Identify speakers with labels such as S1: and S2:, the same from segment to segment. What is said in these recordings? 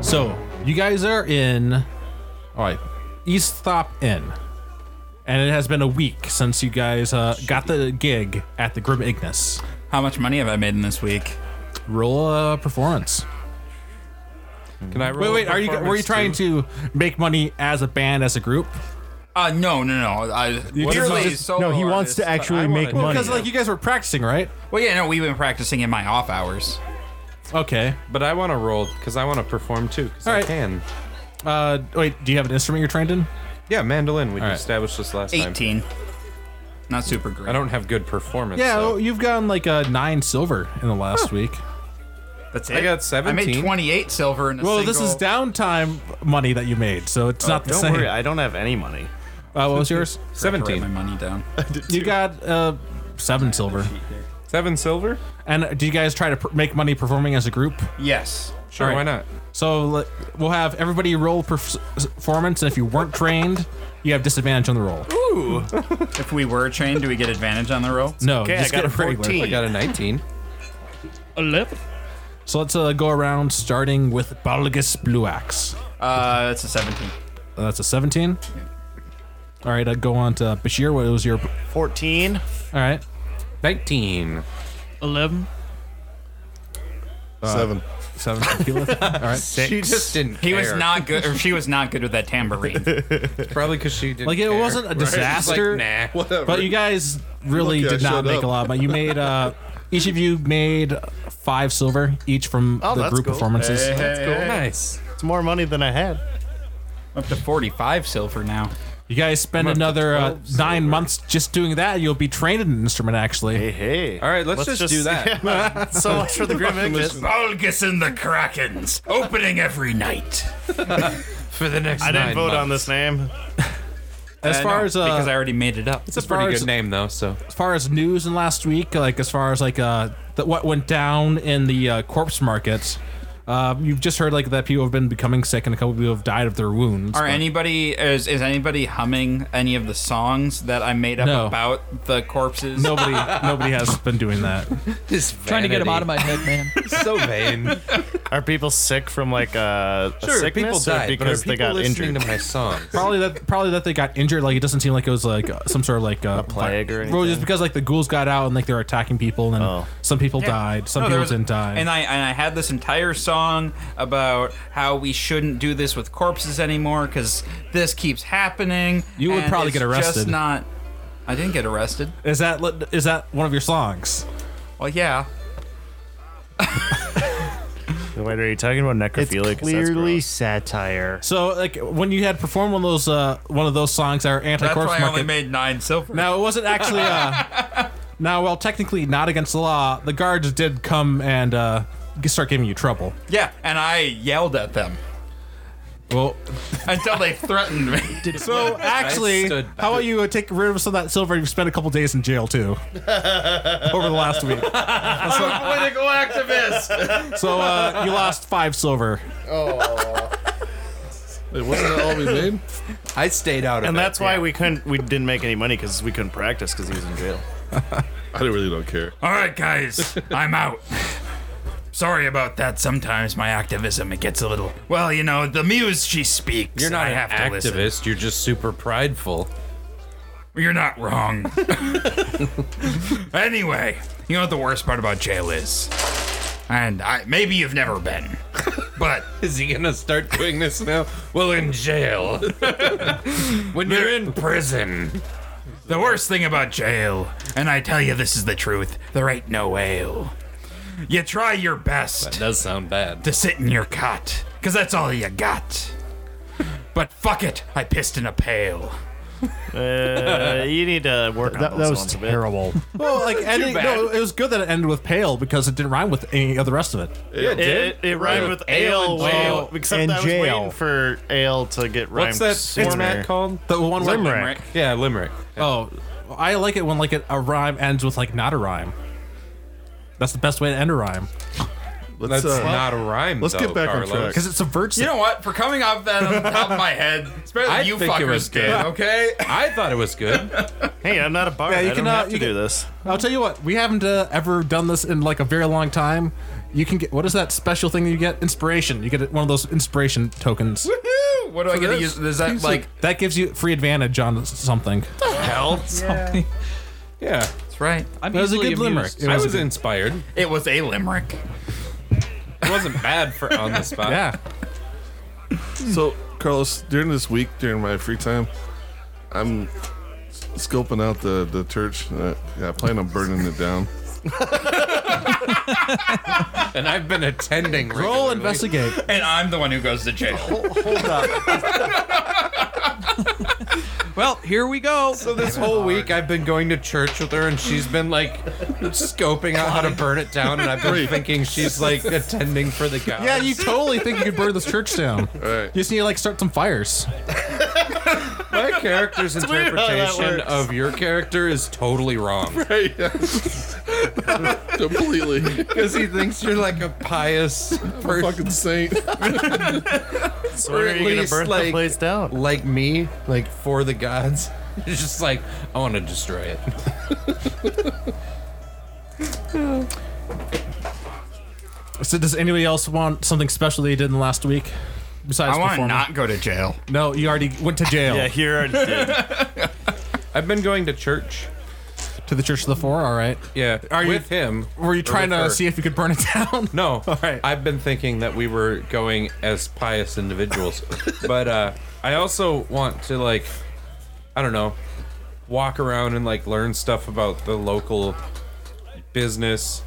S1: So you guys are in, all right, East Stop Inn, and it has been a week since you guys uh, got the gig at the Grim Ignis.
S2: How much money have I made in this week?
S1: Roll a performance.
S2: Can I roll
S1: Wait, wait,
S2: a
S1: are you were you
S2: performance
S1: trying to make money as a band as a group?
S2: Uh, no, no, no. I purely
S3: just-
S2: solo
S3: no, he wants to
S2: artist, but
S3: actually
S2: I wanna-
S3: make money.
S1: Because like you guys were practicing, right?
S2: Well, yeah, no, we've been practicing in my off hours.
S1: Okay.
S4: But I want to roll because I want to perform too. Because
S1: All
S4: I
S1: right.
S4: can.
S1: Uh, wait, do you have an instrument you're trained in?
S4: Yeah, mandolin. We
S1: right.
S4: established this last time.
S2: Eighteen. Not super great.
S4: I don't have good performance.
S1: Yeah,
S4: so-
S1: well, you've gotten like a nine silver in the last week.
S2: That's it.
S4: I got
S2: I made
S4: 17.
S2: twenty-eight silver in a
S1: Well,
S2: single.
S1: this is downtime money that you made, so it's not the
S3: Oh, Don't
S1: same.
S3: worry, I don't have any money.
S1: Uh, what was yours?
S2: Write my
S4: 17.
S2: money down.
S1: You got uh, seven silver.
S4: Seven silver?
S1: And uh, do you guys try to pr- make money performing as a group?
S2: yes.
S4: Sure,
S1: All right.
S4: why not?
S1: So le- we'll have everybody roll perf- performance, and if you weren't trained, you have disadvantage on the roll.
S2: If we were trained, do we get advantage on the roll?
S1: No,
S3: Okay,
S1: you just
S3: I got
S1: get
S3: a
S1: regular.
S3: 14.
S4: I got a 19.
S1: So let's uh, go around starting with Balgus Bluax.
S2: Uh, that's a seventeen.
S1: Uh, that's a 17. All right, I'd go on to Bashir. What was your. All
S3: 14.
S1: right.
S4: 19.
S5: 11.
S6: Seven.
S1: Seven. All right.
S4: She just didn't
S2: He was
S4: care.
S2: not good, or she was not good with that tambourine.
S4: Probably because she didn't
S1: Like, it
S4: care.
S1: wasn't a
S4: Right? She's
S1: disaster,
S4: Like, nah.
S6: Whatever.
S1: But you guys really
S6: Lucky I
S1: did not
S6: showed
S1: make
S6: up.
S1: a lot of money. You made uh, each of you made five silver each from
S3: Oh,
S1: the
S3: that's
S1: group
S3: cool.
S1: performances.
S3: That's cool. Nice. It's more money than I had.
S2: Up to forty-five silver now.
S1: You guys spend
S4: up to
S1: another uh,
S4: 12
S1: nine
S4: silver.
S1: months just doing that. You'll be trained in an instrument actually.
S3: Hey, hey.
S4: All right, let's just do that.
S3: Yeah. so much for the Grim Ignis.
S2: Bulgus and the Krakens, opening every night.
S4: For the next
S3: I didn't
S4: nine
S3: vote on
S4: months.
S3: this name.
S1: As far as uh,
S2: because I already made it up.
S1: as far
S4: Pretty
S1: as-
S4: good name, though, so.
S1: as far as news in last week, like as far as like uh th- what went down in the uh, corpse market, uh, you've just heard like that people have been becoming sick and a couple people have died of their wounds.
S2: Are
S1: but-
S2: anybody is is anybody humming any of the songs that I made up
S1: No.
S2: about the corpses?
S1: nobody nobody has been doing that.
S4: This
S5: Trying to get him out of my head, man.
S4: So vain.
S3: Are people sick from like uh, a
S4: sure, people
S3: sickness or
S4: died, but are
S3: because
S4: people
S3: they got
S4: listening
S3: injured?
S4: to my songs?
S1: probably that probably that they got injured. Like it doesn't seem like it was like uh, some sort of like uh, a
S3: plague or
S1: Well,
S3: anything?
S1: just because like the ghouls got out and like they were attacking people and
S3: Oh.
S1: some people died, some
S2: No, there
S1: people
S2: was-
S1: didn't die.
S2: And I and I had this entire song about how we shouldn't do this with corpses anymore because this keeps happening.
S1: You would
S2: and
S1: probably
S2: it's
S1: get arrested.
S2: Just not. I didn't get arrested.
S1: is that li- is that one of your songs?
S2: Well, yeah.
S3: Wait, are you talking about
S7: It's
S3: necrophilia? 'Cause that's
S7: clearly
S3: gross.
S7: satire.
S1: So like when you had performed one of those uh, one of those songs that are anti
S2: That's
S1: corpse
S2: why I only
S1: market.
S2: made nine silver.
S1: now it wasn't actually. Uh, now, well, technically not against the law. The guards did come and uh, g- start giving you trouble.
S2: Yeah, and I yelled at them
S1: Well,
S2: until they threatened me.
S1: so actually,
S4: stood
S1: how about you uh, take rid of some of that silver? You spent a couple days in jail too over the last week.
S4: Political activist!
S1: So uh, you lost five silver.
S6: Wait, wasn't that all we made?
S4: I stayed out of
S3: And
S4: it.
S3: that's why we couldn't. We didn't make any money because we couldn't practice because he was in jail.
S6: I really don't care.
S2: All right, guys, I'm out. Sorry about that. Sometimes my activism it gets a little. Well, you know, the muse she speaks.
S4: You're not
S2: I
S4: an
S2: have to
S4: activist.
S2: listen.
S4: You're just super prideful.
S2: You're not wrong. anyway, you know what the worst part about jail is, and I maybe you've never been, but
S4: Is he gonna start doing this now? Well, in jail. when you're in prison.
S2: the worst thing about jail, and I tell you this is the truth, there ain't no ale. You try your best.
S4: Does sound bad.
S2: to sit in your cot, because that's all you got. But fuck it, I pissed in a pail.
S3: Uh, you need to work on
S7: That,
S3: those
S7: that was
S3: ones a bit.
S7: terrible.
S1: Well, like ending, no, it was good that it ended with pale because it didn't rhyme with any of the rest of it.
S6: Yeah,
S3: It, it, rhymed with ale,
S4: and jail.
S3: wait, except
S7: And
S3: I was
S7: jail.
S3: waiting for ale to get rhymed
S4: What's that
S3: sooner.
S4: format called?
S1: The one where
S3: Limerick.
S4: Yeah, limerick.
S1: Oh, I like it when like a, a rhyme ends with like not a rhyme. That's the best way to end a rhyme.
S8: Let's
S4: That's
S8: uh,
S4: not a rhyme.
S8: let's get
S4: though,
S8: back on
S4: Carlos.
S8: track.
S1: because it subverts
S9: You know what? For coming off that on top of my head, it's better than
S4: I
S9: you
S4: think it was
S9: fuckers
S4: good.
S9: did. Okay.
S4: I thought it was good.
S3: Hey, I'm not a bard.
S1: Yeah, you
S3: I
S1: can,
S3: don't
S1: uh,
S3: have to
S1: you
S3: do
S1: can-
S3: this.
S1: I'll tell you what, we haven't uh, ever done this in like a very long time. You can get what is that special thing that you get? Inspiration. You get one of those inspiration tokens.
S9: Woohoo! What do I get to use? Is that like?
S1: That gives you free advantage on something.
S10: Something.
S4: Yeah,
S9: That's right.
S10: I'm
S1: That was a
S10: easily
S1: good
S10: amused.
S1: limerick.
S4: I
S1: was
S4: was inspired.
S9: It was a limerick.
S4: It wasn't bad for on the spot.
S1: Yeah.
S8: So, Carlos, during this week, during my free time, I'm scoping out the the church. Uh, yeah, I plan on burning it down.
S4: and I've been attending.
S1: Roll
S4: regularly.
S1: investigate.
S9: And I'm the one who goes to jail.
S10: Well, here we go.
S4: So this whole week I've been going to church with her, and she's been like scoping out how to burn it down, and I've been thinking she's like attending for the God.
S1: Yeah, you totally think you could burn this church down. You
S8: Alright.
S1: just need to like start some fires.
S4: My character's
S3: weird how that
S4: interpretation
S3: works.
S4: of your character is totally wrong
S8: Hey, yes. Completely.
S4: because he thinks you're like a pious person,
S8: Fucking saint.
S3: So
S4: or
S3: where
S4: at
S3: are you gonna
S4: least,
S3: burn
S4: like-
S3: the place down?
S4: like me, like for the gods. It's just like I want to destroy it.
S1: So does anybody else want something special they did in the last week? Besides
S9: I want to
S1: performing?
S9: not go to jail.
S1: No, you already went to jail.
S11: Oh.
S3: Yeah, here already did.
S4: I've been going to church.
S1: To the Church of the Four, all right.
S4: Yeah,
S1: Are you-
S4: with him.
S1: Were you
S4: or
S1: trying
S4: with
S1: to
S4: her.
S1: see if you could burn it down?
S4: No,
S1: All right.
S4: I've been thinking that we were going as pious individuals, but uh, I also want to like, I don't know, walk around and like learn stuff about the local business,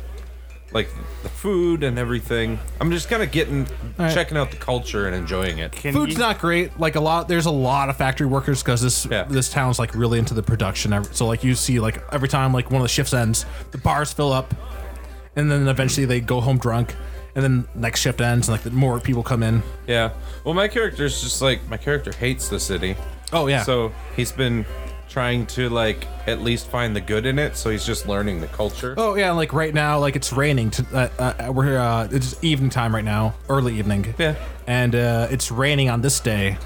S4: like the food and everything. I'm just kind of getting
S1: right.
S4: checking out the culture and enjoying it.
S3: Can
S1: Food's
S3: you-
S1: not great. Like a lot, there's a lot of factory workers because this
S4: Yeah.
S1: this town's like really into the production. ev- So like you see, like every time like one of the shifts ends, the bars fill up, and then eventually they go home drunk, and then next shift ends, and like the more people come in.
S4: Yeah. Well, my character's just like my character hates the city.
S1: Oh yeah.
S4: So he's been trying to like at least find the good in it. So he's just learning the culture.
S1: Oh yeah, like right now, like it's raining. To, uh, uh, we're uh, it's evening time right now, early evening.
S4: Yeah.
S1: And uh, it's raining on this day,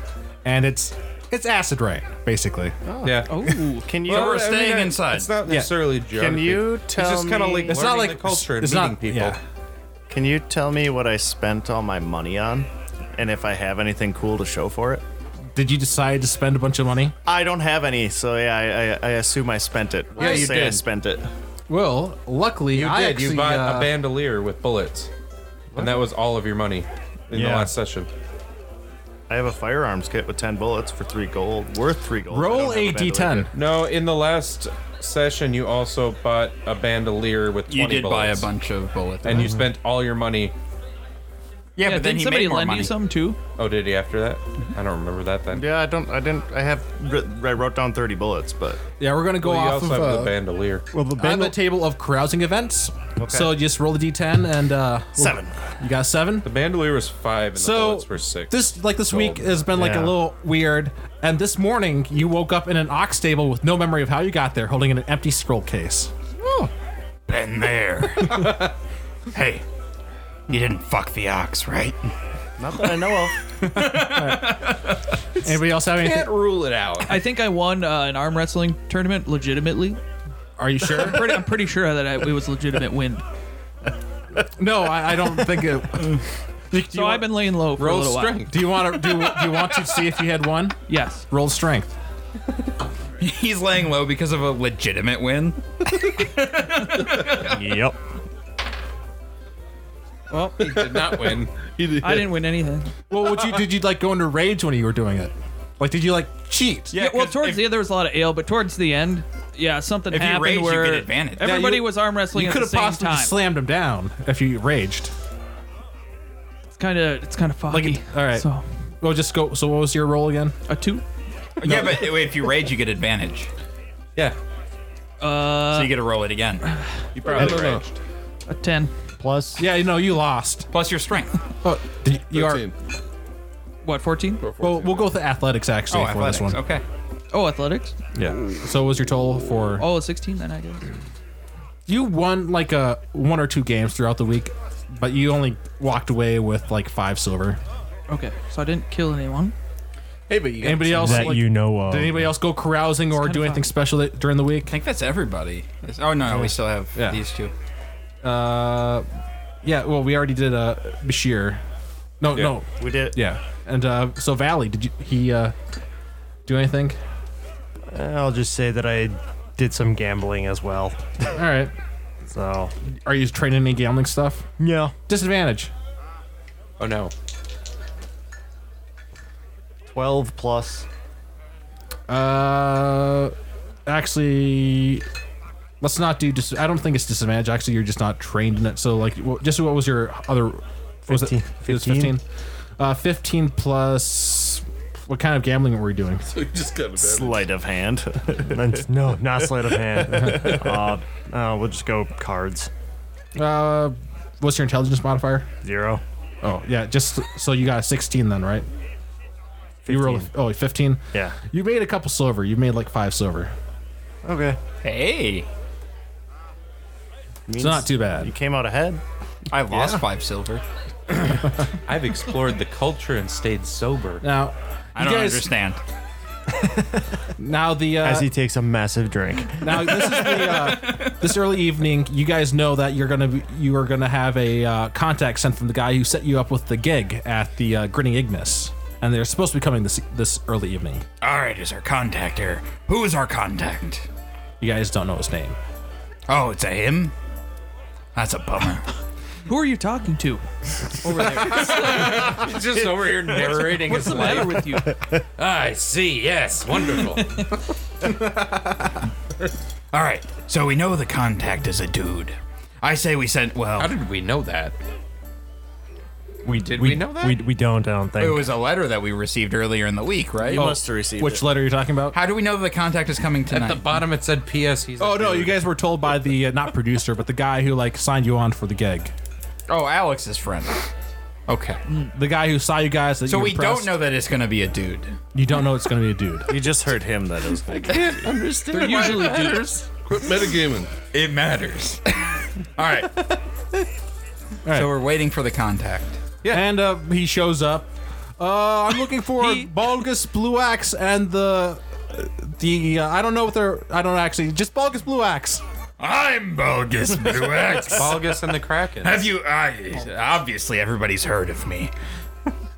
S1: and it's it's acid rain basically.
S3: Oh.
S4: Yeah.
S10: Ooh.
S3: Can you?
S9: Well, we're
S4: I mean,
S9: staying
S4: I-
S9: inside.
S4: It's not necessarily geography.
S3: you
S4: It's
S3: tell
S4: just kind of
S3: me-
S4: like
S1: It's
S4: it's
S1: not
S4: not
S1: like
S4: the culture and
S1: it's
S4: meeting
S1: not-
S4: people.
S1: yeah.
S3: Can you tell me what I spent all my money on, and if I have anything cool to show for it?
S1: Did you decide to spend a bunch of money?
S3: I don't have any, so yeah, I, I, I assume I spent it. Yeah,
S4: you
S3: say I
S4: did.
S3: spent it.
S1: Well, luckily
S4: You
S1: I
S4: did.
S1: actually,
S4: you bought
S1: uh,
S4: a bandolier with bullets, and that was all of your money in the
S3: Yeah.
S4: last session.
S3: I have a firearms kit with ten bullets for three gold, worth three gold. I don't
S1: Roll
S3: have
S1: a
S3: bandolier
S1: d10.
S3: kit.
S4: No, in the last session, you also bought a bandolier with 20
S9: You did buy a
S4: bullets,
S9: bunch of bullets.
S4: and you spent all your money.
S9: yeah,
S10: Yeah,
S9: but then
S10: didn't
S9: he
S10: somebody
S9: made more
S10: lend
S9: money.
S10: you some too?
S4: Oh, did he after that? I don't remember that then.
S3: Yeah, I don't. I didn't. I have. writ- I wrote down thirty bullets, but
S1: Yeah, we're gonna go
S4: Well, you
S1: off
S4: also
S1: of
S4: have
S1: uh,
S4: the bandolier.
S1: well, the on the table of carousing events. So just roll the d10 and uh, we'll-
S3: Seven.
S1: You got seven.
S4: The bandolier was five, and the
S1: So
S4: bullets were six.
S1: this like this week
S4: Gold.
S1: has been like a
S3: Yeah.
S1: little weird. And this morning you woke up in an ox stable with no memory of how you got there, holding an empty scroll case.
S9: Been there. hey, you didn't fuck the ox, right?
S3: not that I know of.
S1: Anybody else have anything?
S4: can't rule it out.
S10: I think I won uh, an arm wrestling tournament legitimately.
S1: Are you sure?
S10: Pretty, I'm pretty sure that I, it was legitimate win.
S1: no, I, I don't think it. Do,
S10: So I've been laying low for a
S4: Roll
S10: little
S4: strength.
S1: Do you want to do? you- Do you want to see if you had one?
S10: while. Yes.
S1: Roll strength.
S9: He's laying low because of a legitimate win.
S3: yep.
S10: Well,
S4: Did not win.
S10: I didn't win anything.
S1: Well, would you did you like go into rage when you were doing it? Like, did you like cheat?
S10: Yeah, well,
S9: 'cause
S10: towards
S9: if-
S10: the end there was a lot of ale, but towards the end, yeah, something
S9: If you
S10: happened
S9: rage, you
S10: where
S9: get advantage. Yeah,
S10: everybody
S1: you-
S10: was arm wrestling
S1: You
S10: at
S1: could
S10: the
S1: have
S10: same
S1: possibly
S10: time.
S1: just slammed him down if you raged.
S10: it's kind of it's kind of
S1: Like,
S10: foggy.
S1: it, all right.
S10: So
S1: Well, just go. So, what was your roll again?
S10: a two.
S9: Yeah, but if you rage, you get advantage.
S4: Yeah,
S10: Uh,
S9: So you get to roll it again.
S4: you probably
S8: no, no.
S4: raged.
S10: a ten.
S2: Plus,
S1: Yeah, you know, you lost.
S9: Plus your strength.
S1: Oh, did you, you are.
S8: 13.
S10: What? Fourteen?
S1: Well, we'll go with the athletics actually
S9: Oh,
S1: for
S9: athletics.
S1: this one.
S9: Okay.
S10: Oh, athletics.
S1: Yeah. So, what was your total for?
S10: Oh, a sixteen then I guess.
S1: uh, You won like a one or two games throughout the week. but you only walked away with like five silver.
S10: Okay, so I didn't kill anyone.
S2: Hey, but you got
S1: Anybody else?
S11: that
S1: like-
S11: you know of.
S1: Did anybody else go carousing or
S10: kinda
S1: do anything
S10: fun.
S1: special that- during the week?
S2: I think that's everybody. It's- Oh no, we still have
S1: Yeah.
S2: these two.
S1: Uh, yeah. Well, we already did uh Bashir. No,
S4: Yeah.
S1: no,
S3: We did.
S1: yeah. And uh, so Valley, did you he uh do anything?
S11: I'll just say that I did some gambling as well.
S1: All right.
S11: So
S1: Are you training any gambling stuff?
S11: yeah,
S1: Disadvantage.
S4: Oh no.
S3: Twelve plus.
S1: Uh, actually, let's not do. Dis- I don't think it's disadvantage. Actually, you're just not trained in it. So like, wha- just what was your other? what Was it?
S11: 15.
S1: It was 15. Uh, 15 plus. What kind of gambling were we doing?
S8: So you just got a bad.
S3: Sleight of hand.
S11: And- no, not sleight of hand. uh, uh, we'll just go cards.
S1: Uh, what's your intelligence modifier?
S11: Zero.
S1: Oh yeah, just so you got a 16 then, right? You rolled a, oh 15.
S11: Yeah.
S1: You made a couple silver. You made like five silver.
S11: Okay.
S2: Hey,
S1: It's not too
S3: You
S1: bad.
S3: came out ahead.
S2: I lost five silver.
S4: I've explored the culture and stayed sober.
S1: Now,
S9: I
S1: you
S9: don't
S1: guys,
S9: understand.
S1: Now the uh,
S11: As he takes a massive drink.
S1: Now this is the uh, this early evening. You guys know that you're gonna be, you are gonna have a uh, contact sent from the guy who set you up with the gig at the uh, Grinning Ignis, and they're supposed to be coming this this early evening.
S9: All right, is our contact here? Who is our contact?
S1: You guys don't know his name.
S9: Oh, it's a him. That's a bummer.
S10: Who are you talking to? Over there.
S4: He's just over here narrating
S10: What's
S4: his
S10: the matter
S4: life.
S10: with you?
S4: I see. Yes, wonderful.
S9: All right, so we know the contact is a dude. I say we sent. Well,
S4: How did we know that?
S11: We
S4: Did
S11: we,
S4: we know that?
S11: We, we don't. I don't think.
S2: Oh, It was a letter that we received earlier in the week, right?
S4: Oh,
S3: You must have received
S1: Which letter are you talking about?
S2: How do we know the contact is coming
S4: At
S2: tonight?
S4: the bottom it said P.S. He's. a
S1: Oh no,
S4: dude."
S1: you guys were told by the uh, not producer, but the guy who like signed you on for the gig,
S2: oh, Alex's friend. Okay,
S1: the guy who saw you guys. That
S2: so
S1: you
S2: we
S1: impressed.
S2: don't know that it's gonna be a dude.
S1: You don't know it's gonna be a dude.
S3: You just heard him. That is.
S4: They're usually dudes.
S8: Quit metagaming.
S9: it matters.
S2: All right.
S1: right.
S2: So we're waiting for the contact.
S1: And uh, he shows up. Uh, I'm looking for Bulgus Blue Axe and the the uh, I don't know what they're I don't actually just Bulgus Blue Axe.
S9: I'm Bulgus Bluex.
S4: Balgus and the Kraken.
S9: Have you? I obviously everybody's heard of me.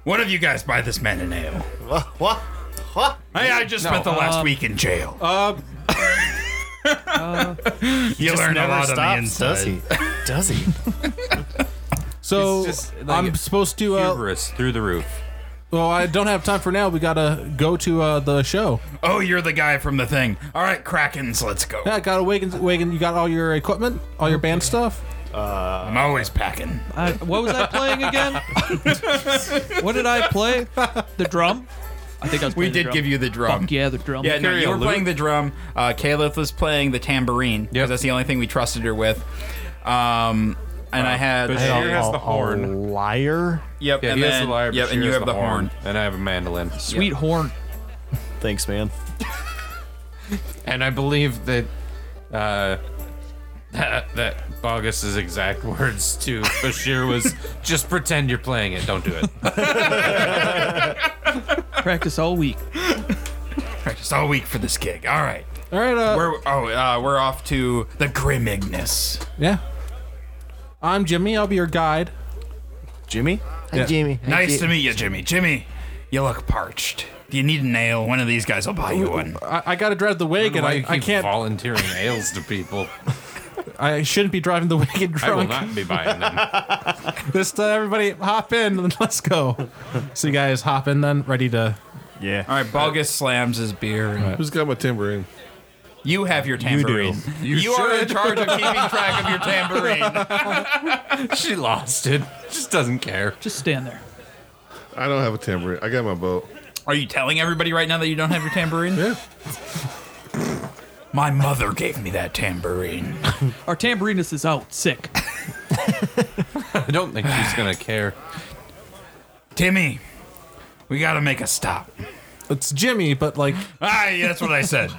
S9: One of you guys buy this man an ale.
S3: What? What? What?
S9: Hey, I just spent the last week in jail.
S1: Uh,
S9: you learn a lot on the inside.
S3: does he? Does he?
S1: so
S4: It's just, like,
S1: I'm supposed to.
S2: Oh.
S1: Uh,
S4: Hubris through the roof.
S1: well, I don't have time for now. We gotta go to uh, the show.
S9: Oh, you're the guy from the thing. All right, Krakens, let's go.
S1: Yeah, gotta wagon. Wagon, you got all your equipment, all your band stuff.
S9: I'm always packing.
S10: I, what was I playing again? what did I play? The drum? I think I was.
S2: We
S10: playing the
S2: did
S10: drum.
S2: give you the drum.
S10: Fuck yeah, the drum.
S2: Yeah, no,
S4: Carry
S2: you
S4: a
S2: were
S4: lute.
S2: playing the drum. Uh, Caliph was playing the tambourine because
S4: Yep.
S2: that's the only thing we trusted her with. Um, and I had,
S4: But Bashir
S11: A-
S4: has
S11: a-
S4: the horn.
S11: A liar.
S2: yep,
S4: Yeah,
S2: and
S4: he
S2: then,
S4: has the lyre.
S2: yep,
S4: Bashir
S2: and you
S4: has
S2: have the horn.
S4: And I have a mandolin.
S10: Sweet horn.
S3: Thanks, man.
S4: And I believe that uh, that, that Balgus's exact words to Bashir was just pretend you're playing it, don't do it.
S10: Practice all week.
S9: Practice all week for this gig. All right.
S1: All right. Uh,
S2: We're
S9: Oh,
S2: uh, we're off to
S9: the Grim Ignis.
S1: yeah. I'm Jimmy. I'll be your guide.
S3: Jimmy.
S11: Hi, Jamie.
S9: Nice to meet you, Jimmy. Jimmy, you look parched. Do you need a nail? One of these guys will buy you one.
S1: I, I gotta drive the wagon.
S4: Why
S1: I,
S4: you
S1: I
S4: keep
S1: can't.
S4: volunteering ales to people.
S1: I shouldn't be driving the wagon
S4: I will
S1: drunk.
S4: not be buying them.
S1: Just uh, everybody hop in and let's go. So you guys hop in then, ready to.
S2: all right. Bogus slams his beer. and-
S8: Who's got my tambourine?
S2: You have your tambourine. You, are in charge of keeping track of your tambourine.
S4: she lost it. Just doesn't care.
S10: Just stand there.
S8: I don't have a tambourine. I got my boat.
S2: Are you telling everybody right now that you don't have your tambourine?
S9: My mother gave me that tambourine.
S10: Our tambourinist is out sick.
S4: I don't think she's gonna care.
S9: Timmy, we gotta make a stop.
S1: It's Jimmy, but like,
S9: Ah, yeah, that's what I said.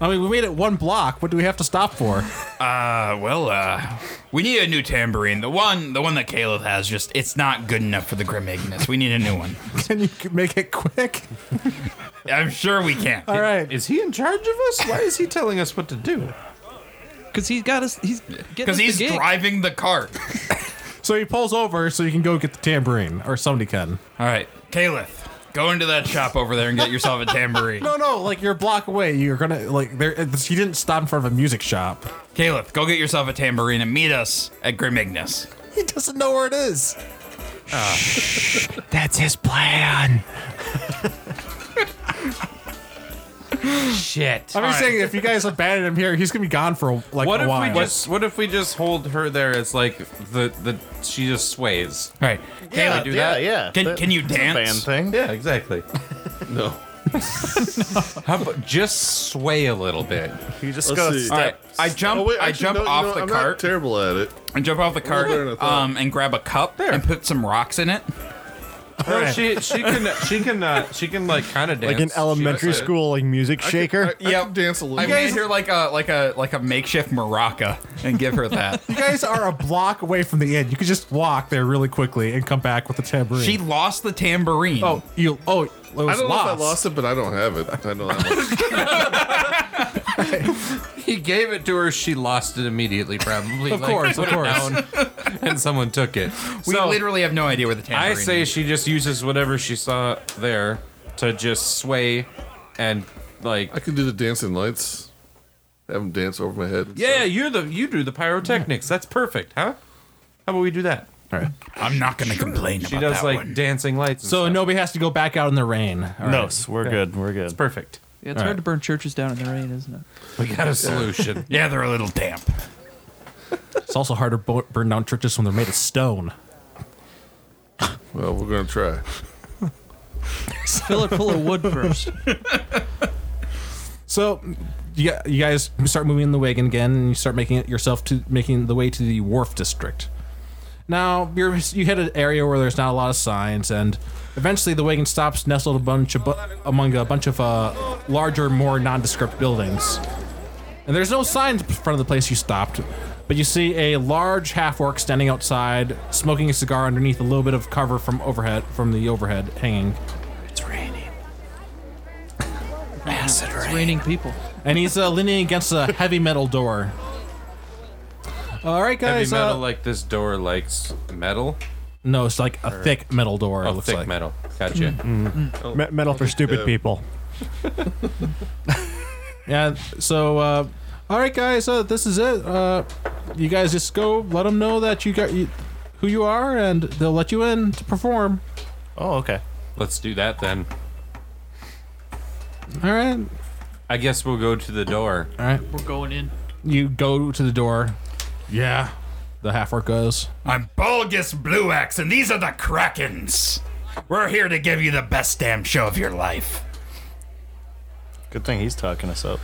S1: I mean, we made it one block. What do we have to stop for?
S9: Uh, well, uh,
S2: We need a new tambourine. The one, the one that Caleb has, just it's not good enough for the Grim Ignis. We need a new one.
S12: Can you make it quick?
S2: I'm sure we can.
S12: All right.
S4: Is he in charge of us? Why is he telling us what to do?
S10: Because he's got us. He's getting us
S2: Because
S10: the
S2: he's
S10: gig.
S2: driving the cart.
S1: So he pulls over so you can go get the tambourine, or somebody can.
S2: All right, Caleb, go into that shop over there and get yourself a tambourine.
S1: No, no, like you're a block away. You're gonna like there. it's- He didn't stop in front of a music shop.
S2: Caleb, go get yourself a tambourine and meet us at Grim Ignis.
S1: He doesn't know where it is.
S4: Ah.
S12: That's his plan.
S2: Shit.
S1: I'm just saying, if you guys abandon him here, he's gonna be gone for like
S4: What
S1: a
S4: if
S1: while.
S4: we just what if we just hold her there as like the the she just sways?
S2: All right,
S4: Yeah,
S2: Caleb,
S4: do
S3: Yeah,
S4: that.
S3: yeah.
S2: Can-
S3: That-
S2: can you
S3: it's a
S2: dance?
S3: band thing.
S4: Yeah, exactly.
S8: No.
S4: How about just sway a little bit?
S3: You just
S8: Let's
S3: go
S8: see.
S2: All
S3: step.
S2: right, I jump.
S8: Oh, wait,
S2: I
S8: actually,
S2: jump
S8: no, you
S2: off
S8: know,
S2: the
S8: I'm
S2: cart.
S8: Not terrible at it.
S2: I jump off the cart
S8: better than I thought.
S2: um, and grab a cup and put some rocks in it.
S4: No, she she can she can uh, she can like kind of dance
S11: Like an
S4: She
S11: elementary
S4: just-
S11: school like music shaker.
S8: I, I
S2: Yep.
S8: can dance a little.
S2: I made her like a like a like a makeshift maraca and give her that.
S1: you guys are a block away from the inn. You could just walk there really quickly and come back with the tambourine.
S2: she lost the tambourine.
S1: oh, you, oh, it was
S8: I don't
S1: lost.
S8: know if I lost it, but I don't have it. I know that much.
S4: He gave it to her. She lost it immediately, probably.
S1: Of course, of
S4: put it down, and someone took it.
S2: we
S4: so
S2: literally have no idea where the tambourine.
S4: I say
S2: is.
S4: she just uses whatever she saw there to just sway and like.
S8: I can do the dancing lights. Have them dance over my head.
S4: Yeah, you're the you do the pyrotechnics. That's perfect, huh? How about we do that?
S2: I'm not gonna complain.
S4: She
S2: about
S4: does
S2: that
S4: like
S2: one.
S4: dancing lights. And
S1: so
S4: stuff.
S1: nobody has to go back out in the rain. All right.
S11: No, we're good. We're good.
S4: perfect.
S10: Yeah, it's hard to burn churches down in the rain, isn't it?
S4: We got a solution.
S2: Yeah, they're a little damp.
S1: It's also hard to bo- burn down churches when they're made of stone.
S8: Well, we're gonna try.
S10: Fill it full of wood first.
S1: So, you, gu- you guys start moving in the wagon again, and you start making it yourself to making the way to the wharf district. Now you're you hit an area where there's not a lot of signs, and eventually the wagon stops, nestled a bunch of bu- among a bunch of uh, larger, more nondescript buildings. And there's no signs in front of the place you stopped, but you see a large half orc standing outside, smoking a cigar underneath a little bit of cover from overhead from the overhead hanging.
S10: It's raining people.
S1: and he's uh, leaning against a heavy metal door. All right,
S4: Heavy
S1: guys.
S4: metal
S1: uh,
S4: like this door likes metal.
S1: no, it's like a thick metal door. it
S4: Oh,
S1: looks
S4: thick
S1: like. Mm-hmm.
S4: metal. Gotcha.
S11: Me- metal for stupid people.
S1: Yeah. So, uh, all right, guys. Uh, this is it. Uh, you guys just go. Let them know that you got you, who you are, and they'll let you in to perform.
S3: Oh, okay.
S4: Let's do that then.
S1: All right.
S4: I guess we'll go to the door.
S1: All right.
S10: We're going in.
S1: You go to the door. Yeah. The half orc goes.
S9: I'm Bulgus Blue Axe, and these are the Krakens. We're here to give you the best damn show of your life.
S3: Good thing he's talking us up.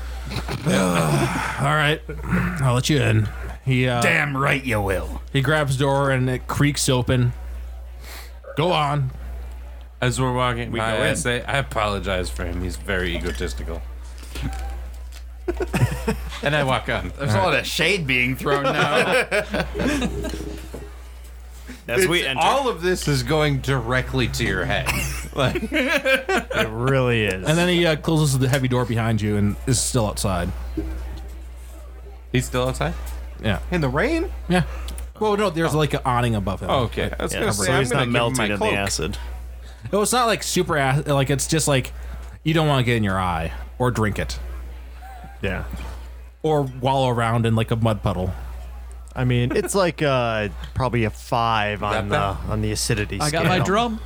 S1: All right. I'll let you in. He uh,
S9: Damn right you will.
S1: he grabs door and it creaks open. Go on.
S4: As we're walking we
S2: go
S4: by, I
S2: in.
S4: say, I apologize for him. He's very egotistical. and I walk on.
S2: There's a lot of shade being thrown now.
S3: As we enter,
S4: All of this is going directly to your head. Like,
S11: It really is.
S1: And then he uh, closes the heavy door behind you and is still outside.
S4: he's still outside?
S1: Yeah.
S4: In the rain?
S1: Yeah. Well, no, there's like an awning above him.
S4: Oh, okay. I was
S3: yeah,
S4: gonna say,
S3: so
S4: I'm
S3: he's
S4: gonna
S3: not
S4: give him my
S3: melting in the
S4: cloak.
S3: acid.
S1: No, it's not like super, ac- like, it's just like you don't want to get in your eye or drink it
S11: yeah.
S1: or wallow around in like a mud puddle.
S11: I mean, it's like uh, probably a five on the
S4: That
S11: on the acidity.
S10: I got my
S11: scale.
S10: drum.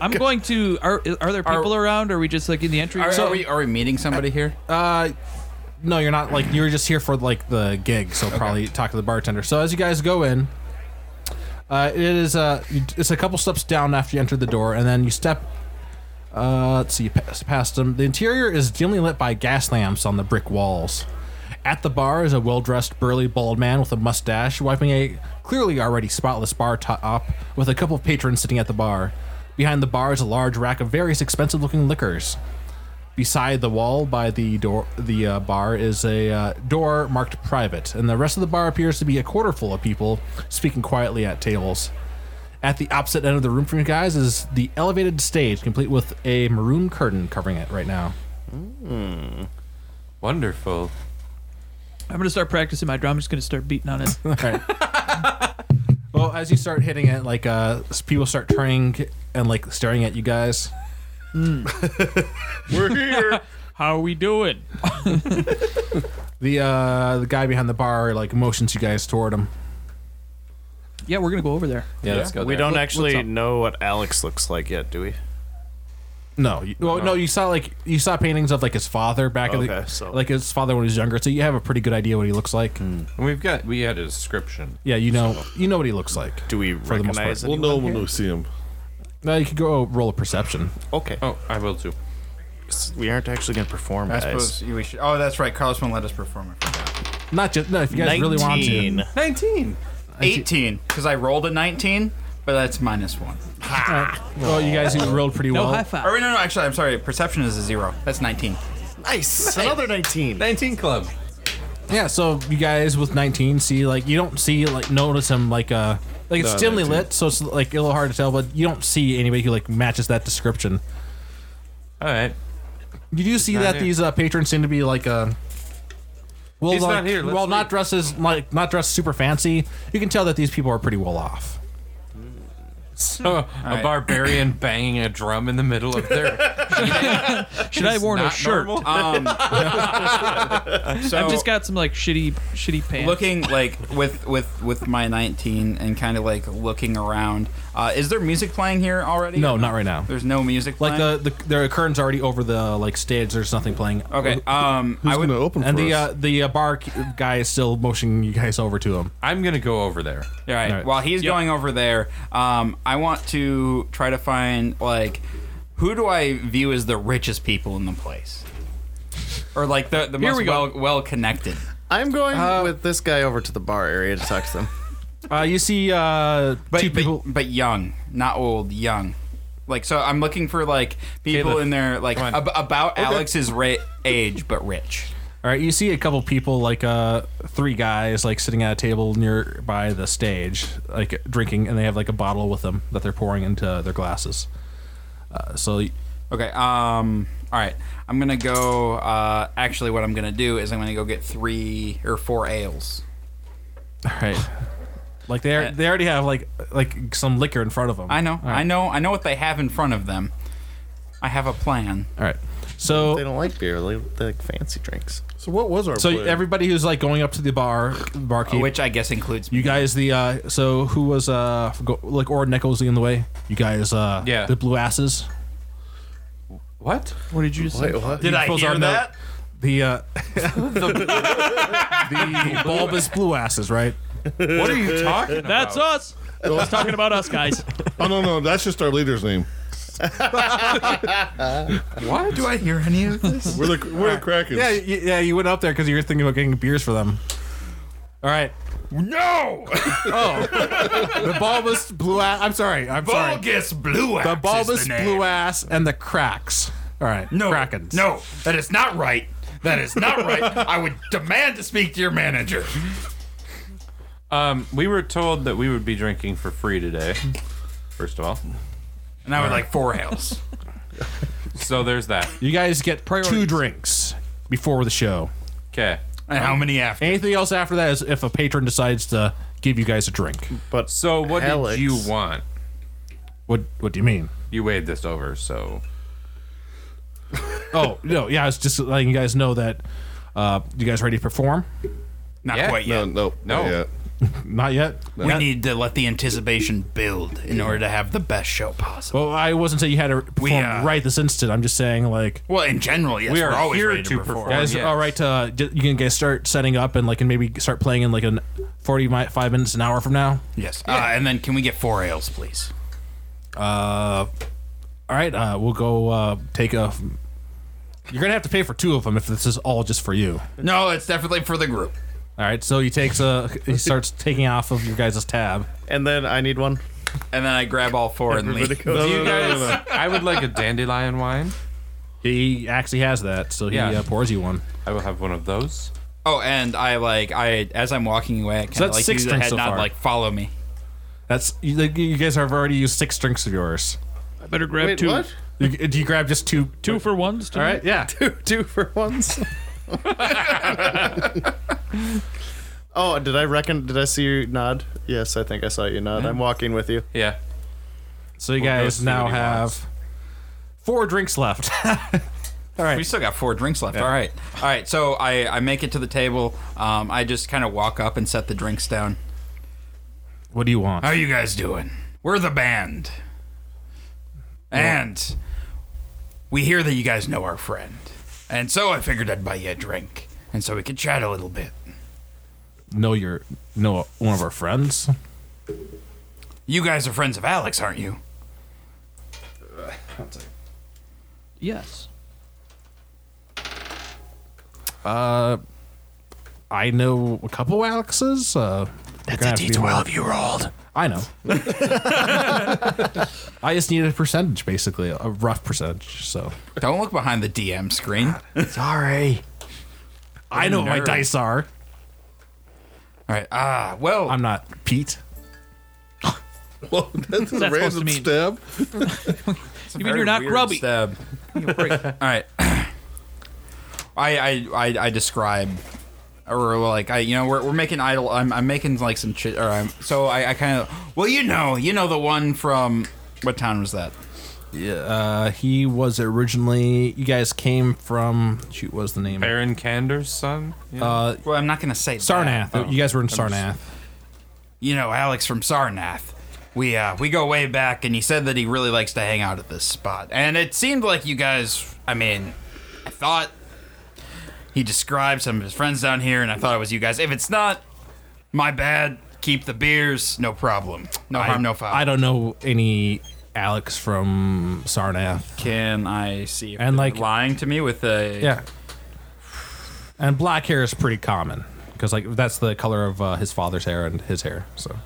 S10: I'm going to. Are are there people around? Or are we just like in the entry?
S2: Are,
S10: So-
S2: are we are we meeting somebody here?
S1: Uh, no, you're not like, you were just here for like the gig, so probably talk to the bartender. So as you guys go in, uh, it is, uh, you- it's a couple steps down after you enter the door, and then you step, uh, let's see, you pass, past them. The interior is dimly lit by gas lamps on the brick walls. At the bar is a well dressed, burly, bald man with a mustache wiping a clearly already spotless bar top with a couple of patrons sitting at the bar. Behind the bar is a large rack of various expensive looking liquors. Beside the wall by the door, the uh, bar is a uh, door marked private, and the rest of the bar appears to be a quarter full of people speaking quietly at tables. At the opposite end of the room from you guys is the elevated stage, complete with a maroon curtain covering it right now.
S4: Wonderful.
S10: I'm gonna start practicing my drum. I'm just gonna start beating on it.
S1: Alright. well, as you start hitting it, like uh, s- people start turning and like staring at you guys.
S10: How are we doing?
S1: The uh, the guy behind the bar like motions you guys toward him.
S10: Yeah, we're gonna go over there.
S4: Yeah, let's go.
S3: We
S4: there.
S3: don't actually
S10: up?
S3: know what Alex looks like yet, do we?
S1: No, you, well, no, you saw like you saw paintings of like his father back in the
S3: Oh. Okay, so- Hmm.
S1: like his father when he was younger, so you have a pretty good idea what he looks like.
S4: And We've got we had a description.
S1: Yeah, you know you know what he looks like.
S3: Do we
S1: the most
S3: recognize
S8: We'll
S3: anyone?
S8: know when we see him.
S1: Now you could go oh, roll a perception.
S3: Okay.
S4: Oh, I will too.
S3: We aren't actually going to perform,
S2: I
S3: guys.
S2: suppose you- we should. Oh, that's right. Carlos won't let us perform. I forgot.
S1: Not just no, if you guys really want to.
S3: 19.
S4: 19.
S2: 18, because I rolled a 19, but that's minus one.
S1: Well, you guys you rolled pretty
S10: No
S1: well.
S10: high five.
S2: Or no, no, actually, I'm sorry. Perception is a zero. That's 19.
S3: Nice. Another 19.
S4: 19 club.
S1: Yeah, so you guys with 19 see like you don't see like notice him like uh like it's
S8: No,
S1: dimly
S8: 19.
S1: lit, so it's like a little hard to tell, but you don't see anybody who like matches that description.
S4: All right.
S1: You do see that
S4: here.
S1: these uh, patrons seem to be like uh well,
S4: He's
S1: like,
S4: not here, let's
S1: well, not
S4: leave.
S1: dressed as like not dressed super fancy. You can tell that these people are pretty well off.
S4: So, a barbarian banging a drum in the middle of their
S10: Should I worn a
S4: not
S10: shirt?
S4: normal?
S2: Um, so
S10: I've just got some like shitty, shitty pants.
S2: looking like with with with my 19 and kind of like looking around. Uh, is there music playing here already?
S1: No, not right now.
S2: There's no music.
S1: Like
S2: playing?
S1: the, the their curtain's already over the like stage. There's nothing playing.
S2: Okay. Um,
S8: Who's
S2: I would.
S8: going to open
S1: And
S8: for
S1: the
S8: us?
S1: uh, the uh, bar c- guy is still motioning you guys over to him.
S4: I'm going to go over there.
S2: All right.
S1: All right.
S2: While he's going over there, um, I want to try to find like who do I view as the richest people in the place, or like the the
S10: Here
S2: most
S10: we go.
S2: well well connected.
S3: I'm going with this guy over to the bar area to talk to them.
S1: Uh, you see uh,
S2: But,
S1: two
S2: but,
S1: people.
S2: but young, not old, young. Like so, I'm looking for like people
S4: Caleb,
S2: in there like
S4: come on.
S2: ab- about Alex's ra- age, but rich.
S1: All right, you see a couple people, like uh, three guys, like sitting at a table nearby the stage, like drinking, and they have like a bottle with them that they're pouring into their glasses. Uh, so,
S2: Okay. Um. All right. I'm gonna go. Uh. Actually, what I'm gonna do is I'm gonna go get three or four ales.
S1: all right, like they are, they already have like like some liquor in front of them.
S2: Uh, I know. I know. I know what they have in front of them. I have a plan.
S1: All right,
S3: They
S1: so
S3: don't like beer. They they like fancy drinks.
S8: so what was our
S1: so
S8: plan?
S1: everybody who's like going up to the bar, barkeep,
S2: Which I guess includes
S1: you guys, the uh, so who was uh go, like or Nichols in the way? You guys, uh,
S4: Yeah.
S1: the blue asses.
S4: What?
S10: what did you just say?
S2: Did I
S1: Nichols
S2: hear
S1: on the-
S2: that?
S1: The uh, the, the bulbous blue asses, right?
S4: What are you talking about?
S10: That's us. I was talking about us guys.
S8: oh, no, no. That's just our leader's name.
S4: What?
S2: Do I hear any of this?
S8: We're the, we're the Krakens.
S1: Yeah, y- yeah, you went up there because you were thinking about getting beers for them. All right. Oh.
S9: No!
S1: The bulbous blue ass. I'm sorry. I'm sorry.
S9: Bulgus Blue Axe.
S1: The bulbous
S9: is the name.
S1: blue ass and the cracks. All right.
S9: No.
S1: Krakens.
S9: No, that is not right. That is not right. I would demand to speak to your manager.
S4: Um, we were told that we would be drinking for free today. First of all,
S9: And I would like four ales.
S4: so there's that.
S1: You guys get two drinks before the show.
S4: Okay.
S9: And how many after?
S1: Anything else after that is if a patron decides to give you guys a drink.
S3: But
S4: So what
S3: Alex.
S4: did you want?
S1: What What do you mean?
S4: You weighed this over, so
S1: Oh no, yeah, I was just letting you guys know that. Uh, you guys ready to perform?
S2: Not
S4: Yeah.
S2: quite
S8: No,
S2: yet.
S8: no,
S4: No.
S8: no. Yet.
S1: Not yet.
S2: We need to let the anticipation build in order to have the best show possible.
S1: Well, I wasn't saying you had to perform
S2: uh,
S1: right this instant. I'm just saying like
S2: Well, in general, yes,
S4: We are
S2: we're always
S4: here
S2: ready to,
S4: to
S2: perform.
S4: perform.
S1: guys
S4: yes.
S1: all right uh, j- you can guys start setting up and like and maybe start playing in like an 45 minutes an hour from now
S2: Yes. Uh, and then can we get four ales, please?
S1: Uh, all right uh, we'll go uh, take a you're gonna have to pay for two of them if this is all just for you
S2: No, it's definitely for the group.
S1: all right so he takes a he starts taking off of your guys' tab
S3: and then I need one.
S2: And then I grab all four and leave.
S4: Do you guys, I would like a dandelion wine.
S1: He actually has that, so he
S4: Yeah.
S1: uh, pours you one.
S4: I will have one of those.
S2: Oh, and I like I as I'm walking away, I kind of
S1: that's
S2: like
S1: six
S2: use the
S1: drinks
S2: head
S1: so
S2: nod,
S1: far.
S2: like follow me.
S1: That's you, like, you guys have already used six drinks of yours.
S10: I better grab
S8: Wait,
S10: two.
S8: what?
S1: You, do you grab just two?
S10: Two for ones.
S1: All right, yeah.
S3: Two for once. oh, did I reckon? Did I see you nod? Yes, I think I saw you nod. I'm walking with you.
S4: Yeah.
S1: So you
S4: We'll go
S1: guys
S4: see
S1: now
S4: what he
S1: have
S4: wants.
S1: four drinks left.
S2: We still got four drinks left. All right, all right. So I I make it to the table. Um, I just kind of walk up and set the drinks down.
S1: what do you want?
S9: How you guys doing? We're the band. And we hear that you guys know our friend. And so I figured I'd buy you a drink. And so we could chat a little bit.
S1: know your know one of our friends.
S9: You guys are friends of Alex, aren't you?
S10: Yes.
S1: I know a couple Alexes. Uh, That's a D twelve you rolled. I know. I just need a percentage, basically, a rough percentage. So
S2: Don't look behind the DM screen. All
S1: I know what my
S2: nerd.
S1: dice are.
S2: right. Ah, well,
S1: I'm not Pete.
S8: Well, that's a
S10: That's supposed
S8: random
S10: to mean-
S8: stab.
S10: You mean you're not grubby?
S2: Stab. All right. I, I I I describe or like I you know we're, we're making idle I'm, I'm making like some chit or I'm so I, I kind of well you know you know the one from what town was that
S1: Uh, he was originally. You guys came from. Shoot, what was the name?
S4: Baron Kander's son. Yeah.
S1: Uh,
S2: well I'm not gonna say that.
S1: Sarnath. You guys were in Sarnath.
S2: you know Alex from Sarnath we uh we go way back and he said that he really likes to hang out at this spot and it seemed like you guys I mean I thought he described some of his friends down here and I thought it was you guys if it's not my bad keep the beers no problem no harm no foul
S1: I don't know any Alex from Sarnath.
S2: Can I see if
S1: And,
S2: and
S1: like-
S2: like lying to me with a
S1: Yeah. And black hair is pretty common because like that's the color of uh, his father's hair and his hair. So,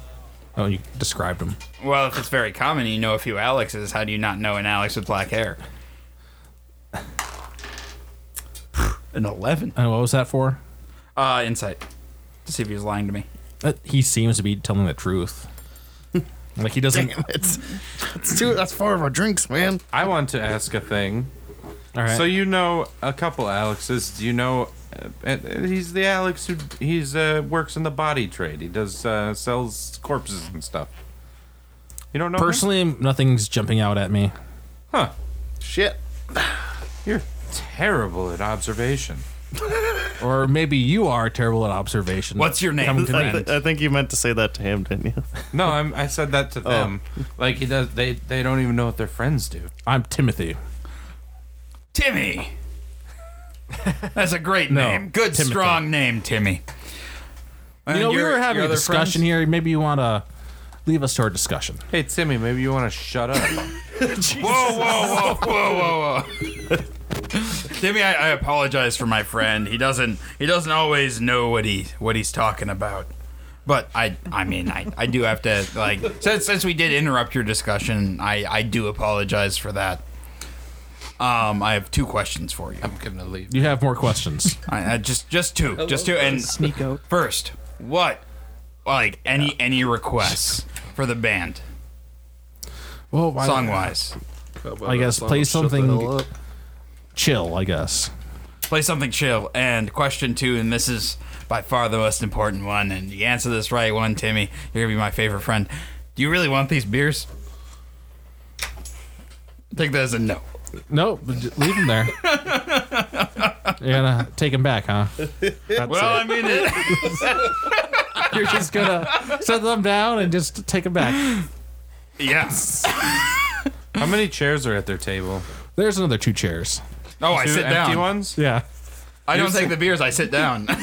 S1: oh, you described him.
S2: Well, if it's very common, you know a few Alexes. How do you not know an Alex with black hair? An eleven.
S1: And what was that for?
S2: Uh, insight to see if he was lying to me.
S1: Uh, he seems to be telling the truth. like he doesn't.
S3: It's, it's two. That's four of our drinks, man.
S4: I want to ask a thing.
S1: All right.
S4: So you know a couple Alexes. Do you know? Uh, and- and he's the Alex who he's uh, works in the body trade. He does uh, sells corpses and stuff. You don't know him?
S1: personally, nothing's jumping out at me.
S4: Huh?
S3: Shit.
S4: You're terrible at observation.
S1: Or maybe you are terrible at observation.
S2: What's your name?
S1: Come to me.
S3: I, th- I think you meant to say that to him, didn't you?
S4: No, I'm, I said that to them. Like he does. They they don't even know what their friends do.
S1: I'm Timothy.
S2: Timmy. That's a great name. Good,
S1: Timothy.
S2: strong name, Timmy. And
S1: you know, we
S2: your-
S1: were having
S2: your
S1: a
S2: other
S1: discussion
S2: friends?
S1: here. Maybe you want to leave us to our discussion.
S4: Hey Timmy, maybe you want to shut up.
S2: Whoa, whoa, whoa, whoa, whoa, whoa. Timmy, I, I apologize for my friend. He doesn't he doesn't always know what he what he's talking about. But I I mean I, I do have to like since since we did interrupt your discussion, I, I do apologize for that. Um, I have two questions for you.
S4: I'm gonna leave.
S1: You have more questions.
S2: I, I just just two, just two. And
S10: Sneak out.
S2: first, what like any any requests for the band
S1: well, why-
S2: song wise?
S1: I guess play something chill. I guess.
S2: play something chill. And question two, and this is by far the most important one. And you answer this right one, Timmy, you're gonna be my favorite friend. Do you really want these beers? Take that as a no.
S1: No, but j- leave him there. You're gonna take him back, huh?
S2: well, I mean, it,
S1: You're just gonna set them down and just take him back.
S2: yes.
S4: How many chairs are at their table?
S1: There's another two chairs.
S2: Oh, I
S4: Two
S2: sit
S4: empty
S2: down.
S4: ones.
S1: Yeah.
S2: I don't take the beers. I sit down.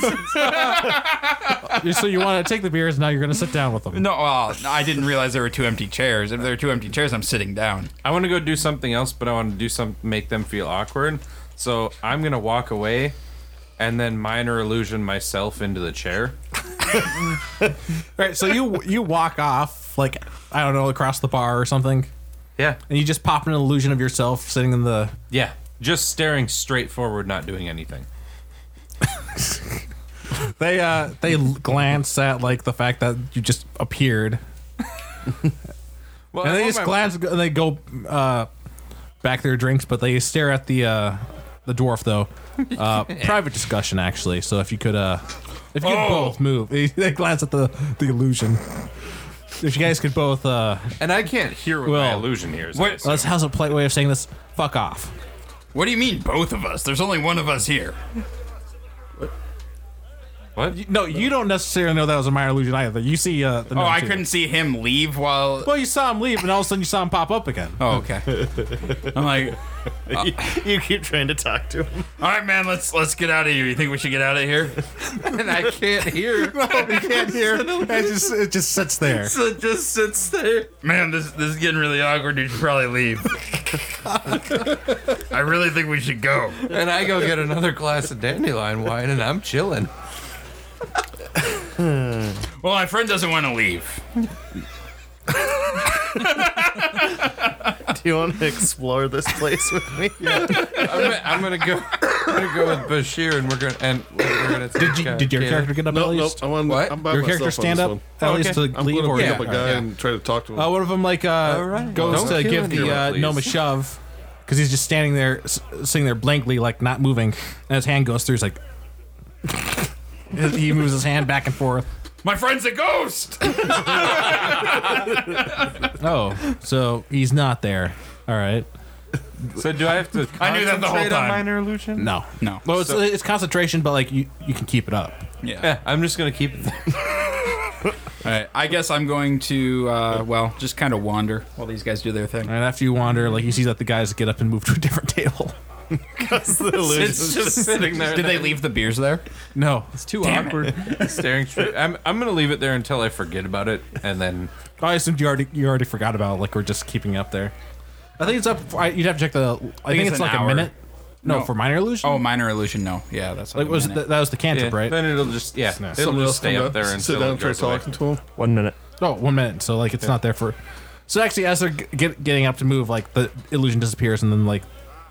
S1: So you want to take the beers? Now you're gonna sit down with them.
S2: no, well, I didn't realize there were two empty chairs. If there are two empty chairs, I'm sitting down.
S4: I want to go do something else, but I want to do some make them feel awkward. So I'm gonna walk away, and then minor illusion myself into the chair.
S1: Right. So you you walk off like I don't know across the bar or something,
S4: Yeah,
S1: and you just pop an illusion of yourself sitting in the
S4: yeah. just staring straight forward, not doing anything.
S1: They uh they l- glance at like the fact that you just appeared,
S4: Well,
S1: and
S4: I
S1: they
S4: want
S1: just
S4: my-
S1: glance and they go uh back their drinks, but they stare at the uh the dwarf though. Uh, private discussion actually. So if you could uh if you could
S8: Oh.
S1: both move, they, they glance at the the illusion. If you guys could both uh
S4: and I can't hear what my
S1: Well,
S4: illusion here is. I
S2: What,
S4: assume.
S1: let's how's a polite way of saying this? Fuck off.
S2: what do you mean, both of us? There's only one of us here.
S4: What?
S1: No, you don't necessarily know that was a minor illusion either. You see uh the
S2: Oh,
S1: gnome,
S2: I
S1: too.
S2: couldn't see him leave while.
S1: Well, you saw him leave, and all of a sudden you saw him pop up again.
S2: Oh, okay. I'm like,
S3: you keep trying to talk to him.
S2: all right, man, let's let's get out of here. You think we should get out of here?
S4: and I can't hear.
S1: can't hear. It just it just sits there.
S4: so it just sits there.
S2: Man, this this is getting really awkward. You should probably leave. I really think we should go.
S4: And I go get another glass of dandelion wine, and I'm chilling.
S2: Well, my friend doesn't want to leave.
S3: Do you want to explore this place with me?
S4: I'm gonna, I'm gonna go. I'm gonna go with Bashir, and we're gonna and we're gonna.
S1: Did, you, did your character get up at
S8: Nope, nope.
S1: least?
S8: I'm, on,
S4: What?
S8: I'm by
S1: Your
S8: myself
S1: character
S8: on
S1: stand
S8: this
S1: up
S8: one.
S1: at least to
S8: I'm
S1: leave
S8: gonna
S1: or
S8: pick up a guy
S4: yeah.
S8: and try to talk to him.
S1: Uh, one of them like uh,
S4: right.
S1: goes
S4: Don't
S1: to
S4: kill
S1: give the
S4: anyone,
S1: uh,
S4: please.
S1: gnome a shove because he's just standing there, s- sitting there blankly, like not moving. And his hand goes through. He's like, he moves his hand back and forth.
S2: My friend's a ghost.
S1: Oh, so he's not there. All right.
S4: So do I have to?
S2: I knew that the whole
S4: concentrate on
S2: time.
S4: Minor illusion.
S1: No,
S2: No.
S1: Well, it's, uh, it's concentration, but like you, you can keep it up.
S2: Yeah.
S4: Yeah, I'm just gonna keep it. There.
S2: All right. I guess I'm going to uh, well, just kind of wander while these guys do their thing.
S1: And after you wander, like you see that the guys get up and move to a different table.
S2: It's just sitting there. Did they leave the beers there?
S1: No,
S10: It's too
S2: Damn
S10: awkward.
S4: Staring straight. I'm I'm gonna leave it there until I forget about it, and then
S1: I assumed you already you already forgot about it, like we're just keeping up there. I think it's up. I, you'd have to check the. I think,
S2: it's
S1: it's,
S2: an
S1: like
S2: hour.
S1: a minute. No,
S2: No.
S1: for minor illusion.
S2: Oh, minor illusion. No. Yeah, that's
S1: like was th- that was the
S4: yeah,
S1: cantrip, right?
S4: then it'll just yeah, it'll
S8: Someone
S4: just
S8: else
S4: stay
S8: come
S4: up there and
S8: sit down and try talking to him.
S11: One minute.
S1: oh, one minute. So like it's not there for. So actually, as they're g- get, getting up to move, like the illusion disappears, and then like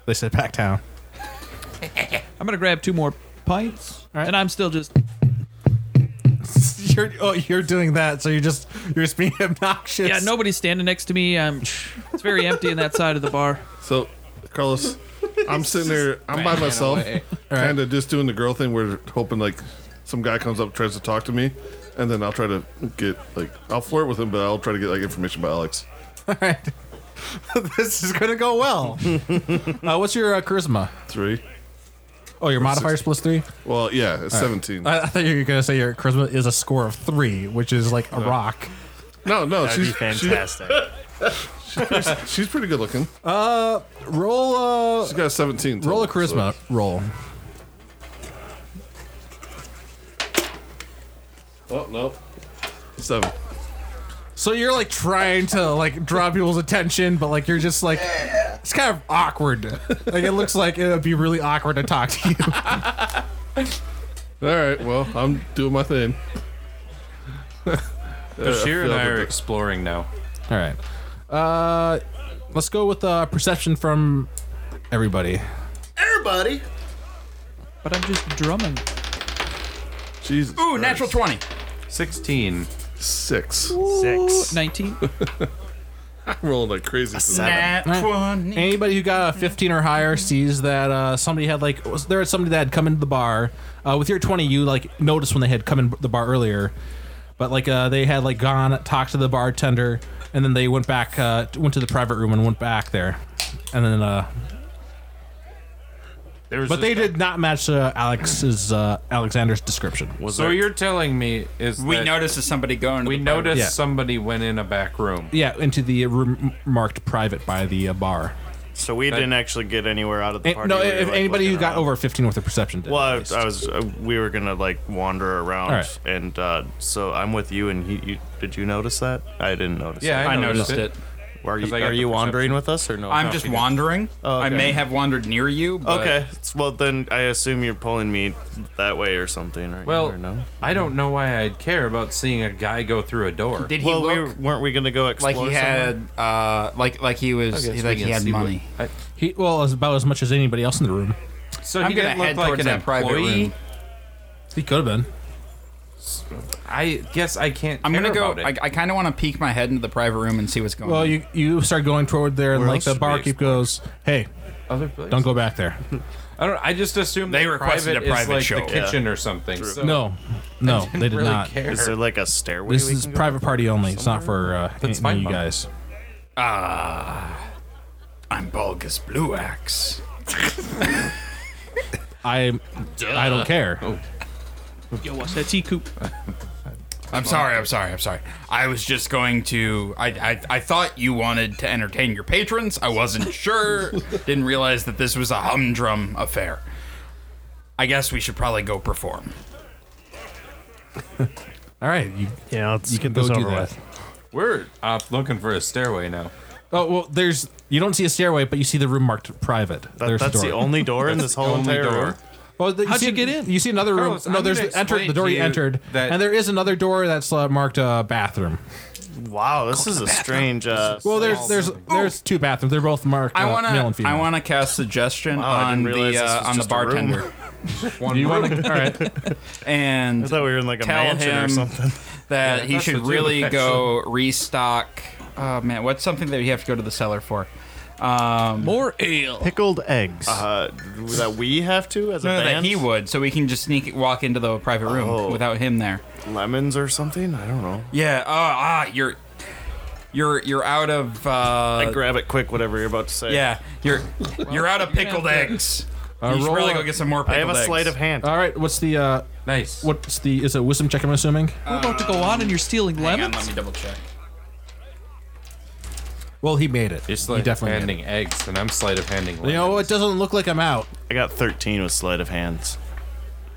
S1: they sit back down.
S10: I'm gonna grab two more pints,
S1: All right.
S10: and I'm still just
S1: you're oh, you're doing that, so you're just you're just being obnoxious.
S10: yeah. Nobody's standing next to me. I'm. It's very empty in that side of the bar.
S8: So, Carlos, I'm sitting there. I'm by myself, kind of just doing the girl thing. We're hoping like some guy comes up, tries to talk to me, and then I'll try to get like I'll flirt with him, but I'll try to get like information about Alex.
S1: this is gonna go well. uh, what's your uh, charisma?
S8: Three.
S1: Oh, your modifier's plus three.
S8: Well, yeah, it's seventeen.
S1: I, I thought you were gonna say your charisma is a score of three, which is like a rock.
S8: no, no,
S3: That'd be
S8: she's she's,
S3: fantastic.
S8: she's pretty good looking.
S1: Roll a
S8: She's got seventeen.
S1: roll a
S8: total, so-
S1: charisma roll.
S8: Oh no, seven.
S1: So you're like trying to like draw people's attention, but like you're just like it's kind of awkward. Like it looks like it would be really awkward to talk to you.
S8: All right, well, I'm doing my thing.
S4: Bashir and
S8: feel
S4: I
S8: that
S4: are
S8: the-
S4: exploring now.
S1: All right, uh, let's go with uh, perception from everybody.
S3: Everybody.
S10: But I'm just drumming.
S8: Jesus.
S2: Ooh, natural twenty.
S4: Sixteen.
S8: Six.
S11: Six.
S10: 19.
S8: I'm rolling like crazy. tonight.
S2: Nat twenty.
S1: Anybody who got a 15 or higher sees that uh, somebody had like was there was somebody that had come into the bar uh, with your 20. You like noticed when they had come in the bar earlier, but like uh, they had like gone talked to the bartender and then they went back uh, t- went to the private room and went back there, and then uh,
S4: There was
S1: but they did not match uh, Alex's uh, Alexander's description.
S4: So what you're telling me is
S2: We
S4: that
S2: noticed that somebody going. To
S4: we
S2: the bar.
S4: noticed
S1: Yeah.
S4: somebody went in a back room.
S1: yeah, into the room marked private by the uh, bar.
S3: So we didn't actually get anywhere out of the
S1: And-
S3: party.
S1: no,
S3: We were,
S1: if
S3: like,
S1: anybody who
S3: looking
S1: got
S3: around.
S1: over 15 with a perception did.
S3: Well,
S1: at
S3: I,
S1: least.
S3: I was. Uh, we were gonna like wander around,
S1: Alright.
S3: and uh, so I'm with you. And he, you, did you notice that? I didn't notice.
S4: Yeah,
S3: that.
S4: I
S2: I noticed
S4: noticed
S2: it.
S3: Are
S4: 'Cause
S3: you,
S4: I got
S3: are
S4: the
S3: you
S4: perception.
S3: wandering with us or no?
S2: I'm just
S4: she did.
S2: wandering. I
S3: okay.
S2: may have wandered near you. But
S3: okay. s- Well, then I assume you're pulling me that way or something, right?
S4: Well,
S3: or no.
S4: I don't know why I'd care about seeing a guy go through a door.
S2: Did he
S3: Well, we
S2: look
S3: were, weren't we gonna go explore?
S2: like he
S3: somewhere?
S2: had uh like like he was
S4: I guess
S2: like he
S4: we can
S2: had
S4: see what-
S2: money?
S4: I-
S1: He well, as about as much as anybody else in the room.
S4: so he
S2: I'm gonna
S4: didn't look
S2: head
S4: like
S2: towards
S4: an
S2: that private
S4: employee.
S2: room.
S1: He could have been.
S4: I guess I can't.
S2: I'm gonna
S4: care
S2: go.
S4: about it.
S2: I, I kind of want to peek my head into the private room and see what's going
S1: Well,
S2: on.
S1: you you start going toward there, and
S4: Where
S1: like
S4: else
S1: the
S4: should we
S1: barkeep goes, "Hey,
S4: Other place?
S1: don't go back there."
S4: I don't. I just assumed
S2: They
S4: that
S2: requested
S4: private
S2: a
S4: is
S2: private
S4: like
S2: show.
S4: the kitchen or something. So
S1: No, no, they did
S4: really
S1: not.
S4: Care.
S3: Is there like a stairway?
S1: This
S3: we
S1: is
S3: can go
S1: private party only. It's not for uh, any
S4: my
S1: of you
S4: mom.
S1: guys.
S2: I'm Bulgus Blue Axe.
S1: I I don't care.
S3: Oh.
S10: Yo, what's that tea coop?
S2: I'm sorry. I'm sorry. I'm sorry. I was just going to. I, I I thought you wanted to entertain your patrons. I wasn't sure. Didn't realize that this was a humdrum affair. I guess we should probably go perform.
S1: All right, you
S11: Yeah, let's
S1: you can
S11: get
S1: go
S11: this
S1: do
S11: over
S1: that.
S11: with.
S4: We're uh, looking for a stairway now.
S1: Oh well, there's you don't see a stairway, but you see the room marked private.
S3: That,
S1: there's a
S3: that's
S1: door.
S3: the only door in this whole
S4: Only
S3: entire
S4: door.
S3: room.
S1: Well, the,
S10: How'd
S1: see,
S10: you get in?
S1: You see another room.
S4: Carlos, I'm
S1: no, there's
S4: gonna
S1: the, enter,
S4: explain
S1: the door
S4: to
S1: you
S4: you
S1: entered,
S4: that-
S1: and there is another door that's uh, marked uh, bathroom.
S3: Wow, this is a strange. Uh,
S1: Well, there's
S3: small-
S1: there's there's two bathrooms. They're both marked
S2: I
S1: uh,
S2: wanna.
S1: male and female.
S2: I wanna cast suggestion
S3: Wow, I
S2: on
S3: didn't realize
S2: the
S3: this
S2: uh,
S3: was
S2: on the
S3: just a room.
S2: bartender
S4: One you
S1: want to? All right.
S2: and
S3: I thought we were in like a
S2: tell
S3: mansion or
S2: him
S3: something.
S2: that
S4: Yeah,
S2: he
S4: that's
S2: should
S4: the two,
S2: really go restock. Oh man, what's something that you have to go to the cellar for? Um,
S10: More ale.
S11: Pickled eggs.
S3: Uh, that we have to as a
S2: no, no, that
S3: band.
S2: he would, so we can just sneak walk into the private room
S3: Oh.
S2: without him there.
S3: Lemons or something? I don't know.
S2: Yeah. Oh, ah, you're, you're, you're out of. Uh,
S3: Grab it quick, whatever you're about to say.
S2: yeah, you're, you're out of pickled eggs. you should
S1: roll
S2: really
S1: a-
S2: go get some more
S3: I
S2: pickled
S3: have a
S2: eggs.
S3: sleight of hand.
S1: All right. What's the uh,
S4: Nice.
S1: what's the is it wisdom check? I'm assuming.
S10: We're about to go on, and you're stealing
S2: Hang on, let
S10: lemons.
S2: me double check.
S1: Well, he made it.
S4: It's
S1: he
S4: like
S1: definitely. Made
S4: handing eggs, and I'm sleight of handing.
S1: it. You know, it doesn't look like I'm out.
S3: I got 13 with sleight of hands.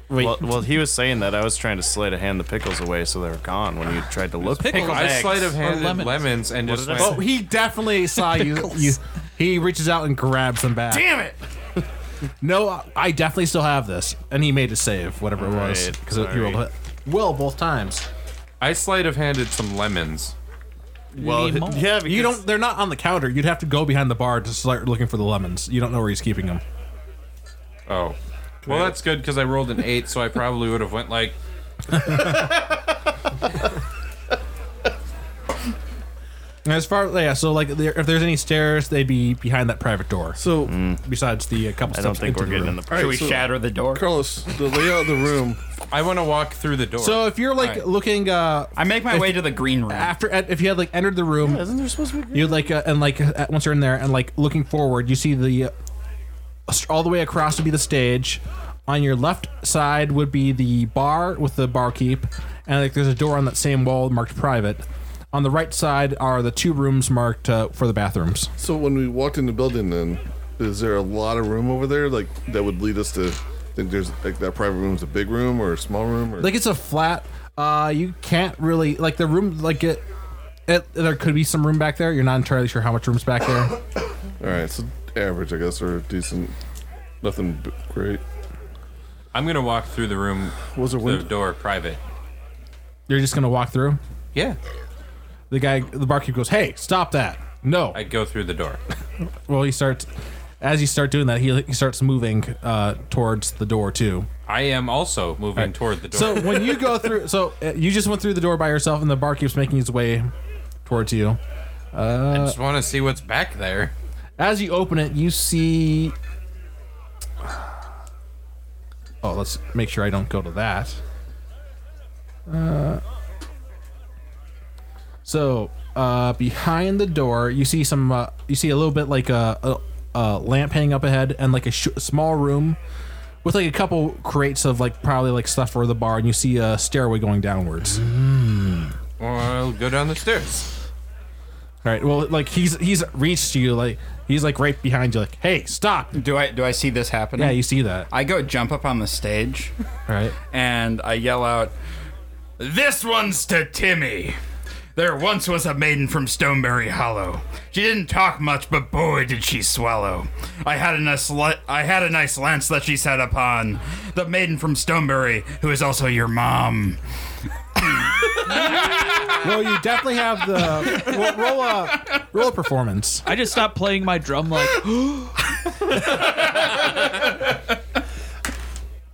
S1: Wait.
S3: Well, well, he was saying that I was trying to sleight of hand the pickles away so they were gone when you tried to look.
S10: Pickled
S4: I
S10: eggs.
S4: sleight of
S10: Or
S4: handed lemons.
S10: lemons.
S4: and just
S3: did I
S4: went,
S1: oh, he definitely saw you. you. He reaches out and grabs them back.
S2: Damn it!
S1: No, I definitely still have this, and he made a save, whatever it was,
S3: Alright,
S1: because you rolled a hit. well both times.
S4: I sleight of handed some lemons.
S3: Well,
S10: Need more.
S3: yeah,
S1: You
S3: because-
S1: don't. They're not on the counter. You'd have to go behind the bar to start looking for the lemons. You don't know where he's keeping them.
S4: Oh, well, that's good because I rolled an eight, so I probably would have went like.
S1: And as far yeah, so like there, if there's any stairs, they'd be behind that private door.
S8: So,
S1: Besides the uh, couple
S3: I
S1: steps
S3: don't think
S1: into
S3: we're
S1: the
S3: getting in
S1: room.
S3: the.
S8: all right,
S2: Should we
S8: so,
S2: shatter the door?
S8: Carlos, the layout of the room.
S4: I want to walk through the door.
S1: So if you're like
S2: Alright.
S1: looking uh
S2: I make my way to the green room.
S1: after if you had like entered the room,
S3: Isn't there supposed to be?
S1: You'd like, uh, and like, uh, once you're in there, and like looking forward, you see the uh, st- all the way across would be the stage. On your left side would be the bar with the barkeep, and like there's a door on that same wall marked private. On the right side are the two rooms marked uh, for the bathrooms.
S8: So when we walked in the building, then is there a lot of room over there, like that would lead us to think there's like that private room's a big room or a small room? Or
S1: Like it's a flat. Uh, you can't really like the room. Like it, it there could be some room back there. You're not entirely sure how much room's back there.
S8: all right, so average, I guess, or decent, nothing b- great.
S4: I'm gonna walk through the room,
S8: Was there
S4: the
S8: window?
S4: door private.
S1: you're just gonna walk through.
S4: Yeah,
S1: The guy, the barkeep goes, "Hey, stop that! No,
S4: I go through the door.
S1: Well, he starts as you start doing that. He, he starts moving uh, towards the door too.
S4: I am also moving toward the door.
S1: So when you go through, so uh, you just went through the door by yourself, and the barkeep's making his way towards you.
S4: I just want to see what's back there.
S1: As you open it, you see. Oh, let's make sure I don't go to that. Uh, so uh, behind the door, you see some. Uh, you see a little bit like a, a, a lamp hanging up ahead, and like a sh- small room with like a couple crates of like probably like stuff for the bar, and you see a stairway going downwards.
S4: Well, I'll go down the stairs.
S1: All right. Well, like he's he's reached you, like he's like right behind you, like hey, stop.
S2: do I do I see this happening?
S1: Yeah, you see that.
S2: I go jump up on the stage.
S1: All right.
S2: and I yell out, This one's to Timmy. There once was a maiden from Stoneberry Hollow. She didn't talk much, but boy did she swallow. I had a nice li- I had a nice lance that she sat upon. The maiden from Stoneberry, who is also your mom.
S1: Well, you definitely have the well, roll a roll a performance.
S10: I just stopped playing my drum like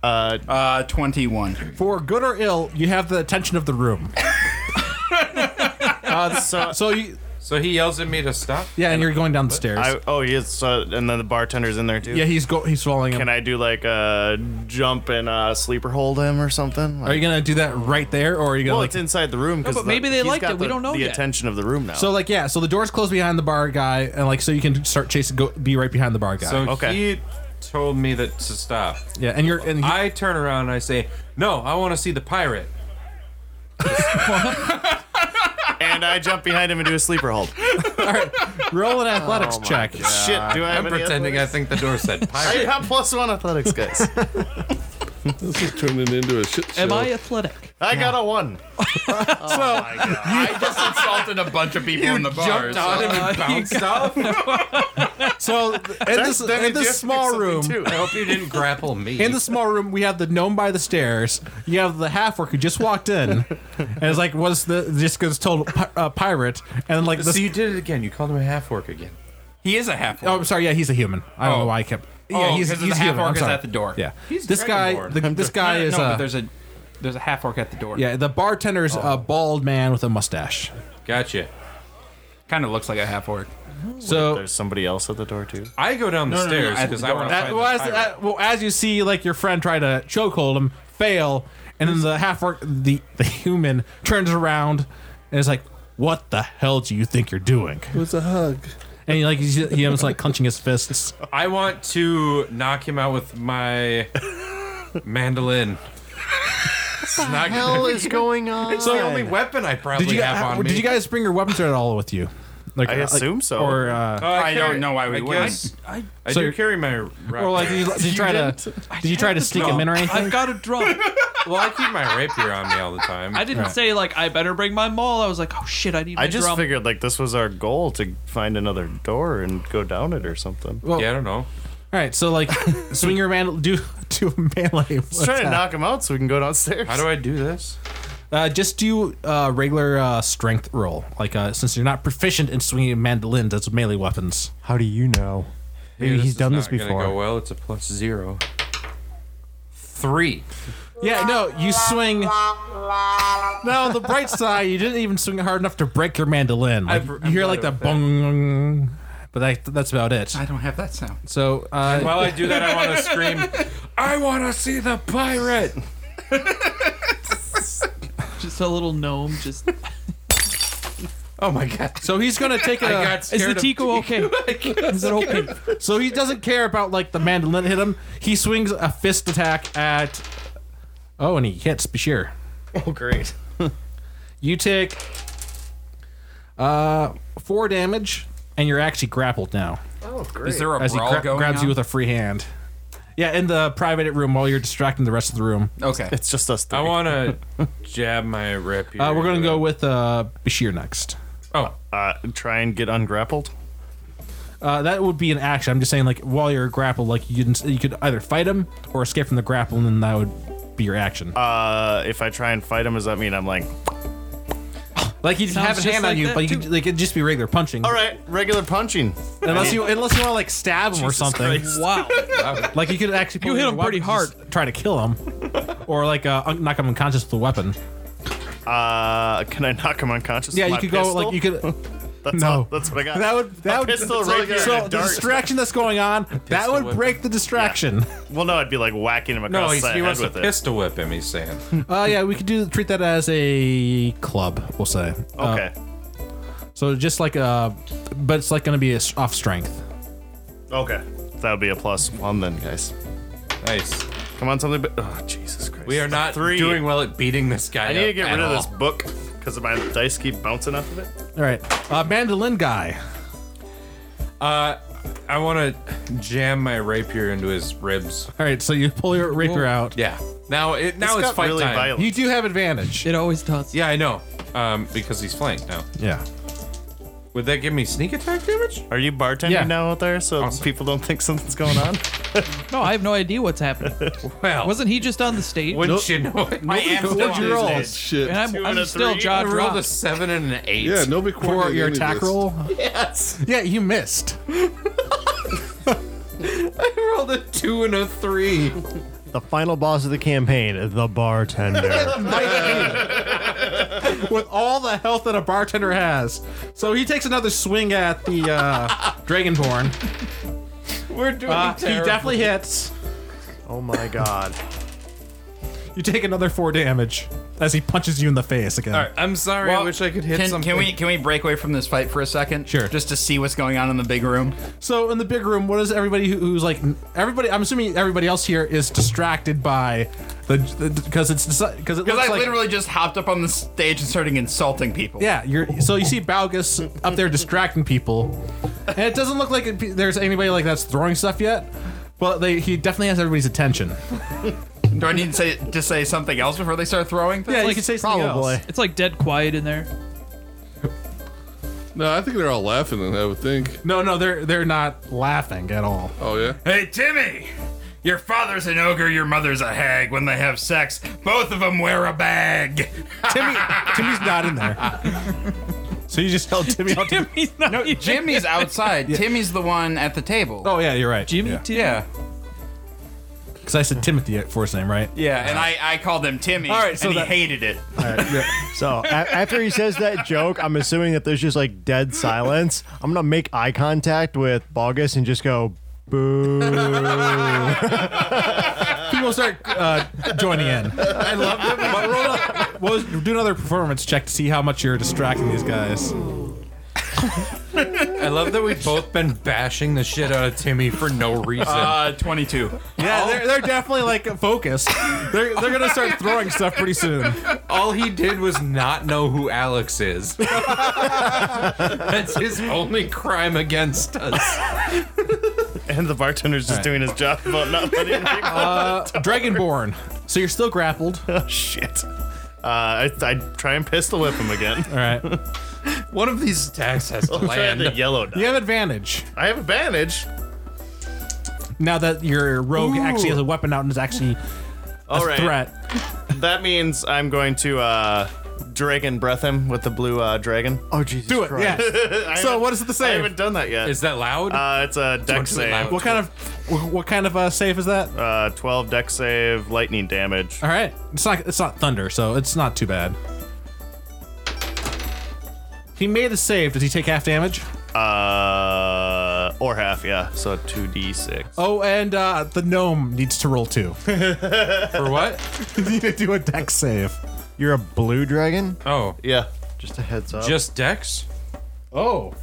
S2: Uh, 21.
S1: For good or ill, you have the attention of the room.
S3: Uh, so
S1: So you
S4: So he yells at me to stop.
S1: yeah, and you're going down the stairs.
S3: I, oh, he is. Uh, and then the bartender's in there too.
S1: yeah, he's go he's following him.
S3: Can I do like a jump and uh, sleeper hold him or something? Like,
S1: Are you gonna do that right there, or are you gonna?
S3: well,
S1: like-
S3: it's inside the room because
S10: but maybe they liked
S3: got
S10: it, we
S3: the-
S10: don't know
S3: the
S10: yet.
S3: attention of the room now.
S1: so like yeah, so the doors close behind the bar guy, and like so you can start chasing, go be right behind the bar guy.
S4: So
S3: Okay.
S4: he told me that to stop.
S1: yeah, and you're and he-
S4: I turn around and I say, "No, I want to see the pirate."
S3: and I jump behind him and do a sleeper hold.
S1: roll an
S3: Oh
S1: athletics check.
S3: Shit, do I?
S4: I'm
S3: Have any
S4: pretending I think the door said
S3: I
S4: pirate.
S3: got plus one athletics, guys.
S8: This is turning into a shit show.
S10: Am I athletic?
S3: I got a one.
S2: I just insulted a bunch of people in the bar. so-
S10: Uh, you got-
S1: So in this in this small room,
S4: I hope you didn't grapple me.
S1: in the small room, we have the gnome by the stairs. You have the half work who just walked in, and it's like, what's the just gets told pi- uh, pirate, and like
S4: so
S1: this.
S4: you did it again. You called him a half orc again.
S2: He is a half
S1: Oh, I'm sorry. Yeah, he's a human. I don't know why I kept. Yeah,
S2: Oh,
S1: he's,
S2: 'cause the
S1: he's
S2: half
S1: human. I'm
S2: orc is
S1: sorry.
S2: at the door.
S1: Yeah,
S2: He's
S1: this guy.
S2: dragonborn.
S1: The, this guy is.
S10: no,
S1: uh,
S10: but there's a there's a half orc at the door.
S1: yeah, the bartender's a bald man with a mustache.
S4: Gotcha.
S2: Kind of looks like a half orc.
S1: So
S3: There's somebody else at the door too.
S4: I go down the
S2: No, no, no, no,
S4: stairs
S2: at the
S4: because I
S2: door.
S4: want to
S1: That,
S4: find
S1: well, as,
S4: the pirate.
S1: that- well, as you see, like your friend try to chokehold him, fail, and then the half orc, the the human turns around and is like, "What the hell do you think you're doing?"
S8: It was a hug.
S1: And he like he's, he was like clenching his fists.
S4: I want to knock him out with my mandolin. It's not
S3: Hell is going on.
S4: It's the only weapon I probably
S1: Did you
S4: have
S1: guys,
S4: on me.
S1: did you guys bring your weapons at all with you? Like
S3: I
S1: uh,
S3: assume so.
S1: Or uh,
S4: Oh,
S2: I
S4: carry-
S2: don't know why we
S4: I
S2: wouldn't.
S4: guess- I,
S1: So
S4: do
S1: you're-
S4: carry my. Rapier.
S1: or like did you, did you try to did you try to sneak him in or anything?
S10: I've got a drum.
S4: well, I keep my rapier on me all the time.
S10: I didn't say like I better bring my maul. I was like, oh shit, I need my
S3: I just
S10: drum.
S3: figured like this was our goal to find another door and go down it or something.
S1: Well,
S4: Yeah, I don't know.
S1: All right, so like swing your man do do a melee.
S3: Let's try to knock him out so we can go downstairs.
S4: How do I do this?
S1: Uh, just do uh, regular uh, strength roll, like uh, since you're not proficient in swinging mandolins as melee weapons.
S12: How do you know? Maybe
S4: Yeah,
S12: he's
S4: is
S12: done this
S4: not gonna
S12: before.
S4: Go well, it's a plus zero. Three.
S1: Yeah, no, you swing. No, the bright side, you didn't even swing hard enough to break your mandolin. Like,
S4: br-
S1: you
S4: I'm
S1: hear
S4: glad
S1: like the
S4: about that.
S1: bong, but that, that's about it.
S2: I don't have that sound.
S1: So, uh,
S4: While I do that, I want to scream. I want to see the pirate.
S10: just a little gnome. Just
S4: Oh my god!
S1: so he's gonna take a.
S10: is the Tico okay? is it okay?
S1: so he doesn't care about like the mandolin hit him. He swings a fist attack at. Oh, and he hits Bashir.
S3: Oh, great.
S1: You take uh four damage, and you're actually grappled now.
S2: Is there a
S1: As he
S2: brawl
S1: gra-
S2: going
S1: grabs
S2: on?
S1: you with a free hand. Yeah, in the private room while you're distracting the rest of the room.
S2: okay.
S3: It's just us three.
S4: I want to jab my rapier.
S1: Uh, we're gonna
S4: into
S1: go
S4: them.
S1: with uh, Bashir next.
S4: Oh,
S3: uh, try and get ungrappled.
S1: Uh, that would be an action. I'm just saying, like while you're grappled, like you can, you could either fight him or escape from the grapple, and then that would be your action.
S3: Uh, if I try and fight him, does that mean I'm like,
S1: like you just
S10: sounds
S1: have a
S10: just
S1: hand on
S10: like
S1: you,
S10: that,
S1: but you
S10: too.
S1: could, like it'd just be regular punching.
S3: all right, regular punching?
S1: Unless you unless you want to like stab him or something.
S10: Wow.
S1: Like you could actually
S10: You
S1: pull
S10: hit
S1: your
S10: him pretty
S1: weapon, just try to kill him, or like uh, un- knock him unconscious with a weapon.
S3: Uh, can I knock him unconscious?
S1: Yeah,
S3: with
S1: you
S3: my
S1: could
S3: pistol?
S1: go like you could.
S3: That's
S1: No.
S3: all- that's what I got.
S1: That would that
S3: A
S1: would
S3: pistol
S1: so-
S3: rapier
S1: so
S3: and a
S1: the
S3: dart.
S1: distraction that's going on that would
S4: whip.
S1: break the distraction.
S3: Well, no, I'd be like whacking him
S4: no,
S3: across
S4: he's,
S3: the
S4: he
S3: head
S4: wants to
S3: with it.
S4: pistol whip him. He's saying.
S1: Uh, yeah, we could do treat that as a club. We'll say. Uh,
S3: Okay.
S1: so just like a, but it's like going to be a s- off strength.
S3: okay. That would be a plus one then, guys.
S4: Nice.
S3: Come on, something. But oh, Jesus Christ.
S4: We are not
S3: Three.
S4: doing well at beating this guy.
S3: I need to
S4: up
S3: get
S4: at
S3: rid of
S4: all.
S3: this book because my dice keep bouncing off of it.
S1: All right, uh, mandolin guy.
S4: Uh, I want to jam my rapier into his ribs.
S1: All right, so you pull your rapier out.
S4: Yeah. Now it now
S3: This
S4: it's
S3: got
S4: fight
S3: really
S4: time.
S3: violent.
S1: You do have advantage.
S10: It always does.
S4: Yeah, I know. um, because he's flanked now.
S1: Yeah.
S4: Would that give me sneak attack damage?
S3: Are you bartending
S1: Yeah.
S3: now out there so
S4: Awesome.
S3: people don't think something's going on?
S10: No, I have no idea what's happening.
S4: Well,
S10: Wasn't he just on the stage?
S4: wouldn't you know it?
S2: I am still on
S8: roll?
S2: this edge.
S8: Shit.
S10: and I'm, I'm still jaw
S4: I rolled a
S10: dropped.
S4: seven and an eight.
S8: yeah, nobody
S1: For
S8: coordinated
S1: your
S8: any of
S1: attack
S8: this.
S1: roll? Yes. Yeah, you missed.
S4: I rolled a two and a three.
S11: The final boss of the campaign, the bartender.
S1: With all the health that a bartender has. So he takes another swing at the uh, Dragonborn.
S4: We're doing
S1: Uh, he
S4: terrible.
S1: definitely hits.
S11: oh my god.
S1: You take another four damage as he punches you in the face again.
S4: All right, I'm sorry. I
S2: Well,
S4: wish I could hit
S2: can,
S4: something.
S2: Can we can we break away from this fight for a second?
S1: Sure.
S2: Just to see what's going on in the big room.
S1: So in the big room, what is everybody who, who's like everybody? I'm assuming everybody else here is distracted by the because it's because it looks
S2: Because I
S1: like
S2: literally just hopped up on the stage and started insulting people.
S1: yeah. You're so you see Balgus up there distracting people, and it doesn't look like it, there's anybody like that's throwing stuff yet. But they, he definitely has everybody's attention.
S2: Do I need to say to say something else before they start throwing? Things?
S1: Yeah, you
S10: like-
S1: could say something
S11: probably.
S1: else.
S10: It's like dead quiet in there.
S8: No, I think they're all laughing, and I would think.
S1: No, no, they're they're not laughing at all.
S8: Oh yeah.
S2: Hey Timmy, your father's an ogre, your mother's a hag. When they have sex, both of them wear a bag.
S1: Timmy, Timmy's not in there. So you just held Timmy out. To,
S10: He's not even-
S2: Jimmy's outside. Timmy's the one at the table.
S1: oh yeah, you're right.
S10: Jimmy too.
S2: Yeah,
S1: Because I said Timothy at first name, right?
S2: yeah, and I, I called him Timmy,
S1: All right, so
S2: and
S1: that-
S2: he hated it.
S11: So a- after he says that joke, I'm assuming that there's just like dead silence. I'm gonna make eye contact with Bogus and just go boo.
S1: People start uh, joining in. I love it. But roll up- well, do another performance check to see how much you're distracting these guys.
S4: I love that we've both been bashing the shit out of Timmy for no reason.
S2: Uh, twenty-two.
S1: Yeah,
S3: Oh.
S1: they're, they're definitely like focused. They're, they're gonna start throwing stuff pretty soon.
S4: All he did was not know who Alex is. That's his only crime against us.
S3: And the bartender's just doing his job about not letting him drink.
S4: Uh,
S1: Dragonborn. So you're still grappled. All
S3: Oh, Shit. Uh, I, I try and pistol whip him again.
S1: right.
S4: One of these attacks has to
S3: I'm trying the
S4: land.
S3: yellow die.
S1: You have advantage
S3: I have advantage.
S1: now that your rogue actually has a weapon out and is actually a
S3: All right.
S1: threat.
S3: That means I'm going to uh, dragon breath him with the blue uh, dragon.
S11: oh Jesus
S1: Do it.
S11: Christ.
S1: Yeah.
S3: I
S1: So
S3: haven't-
S1: what is the
S3: I
S1: save?
S3: haven't done that yet.
S4: Is that loud?
S3: uh, it's a deck
S4: Don't say
S3: save.
S4: loud.
S1: What kind of wh- what kind of uh, save is that? All
S3: Uh, 12 deck save, lightning damage.
S1: right. It's not it's not thunder, so it's not too bad. He made a save. Does he take half damage?
S3: Uh, or half, yeah. So 2d6.
S1: Oh, and uh, the gnome needs to roll two.
S4: For what?
S1: you need to do a deck save.
S11: You're a blue dragon?
S4: Oh,
S3: Yeah.
S11: Just a heads up.
S4: just Dex?
S1: Oh.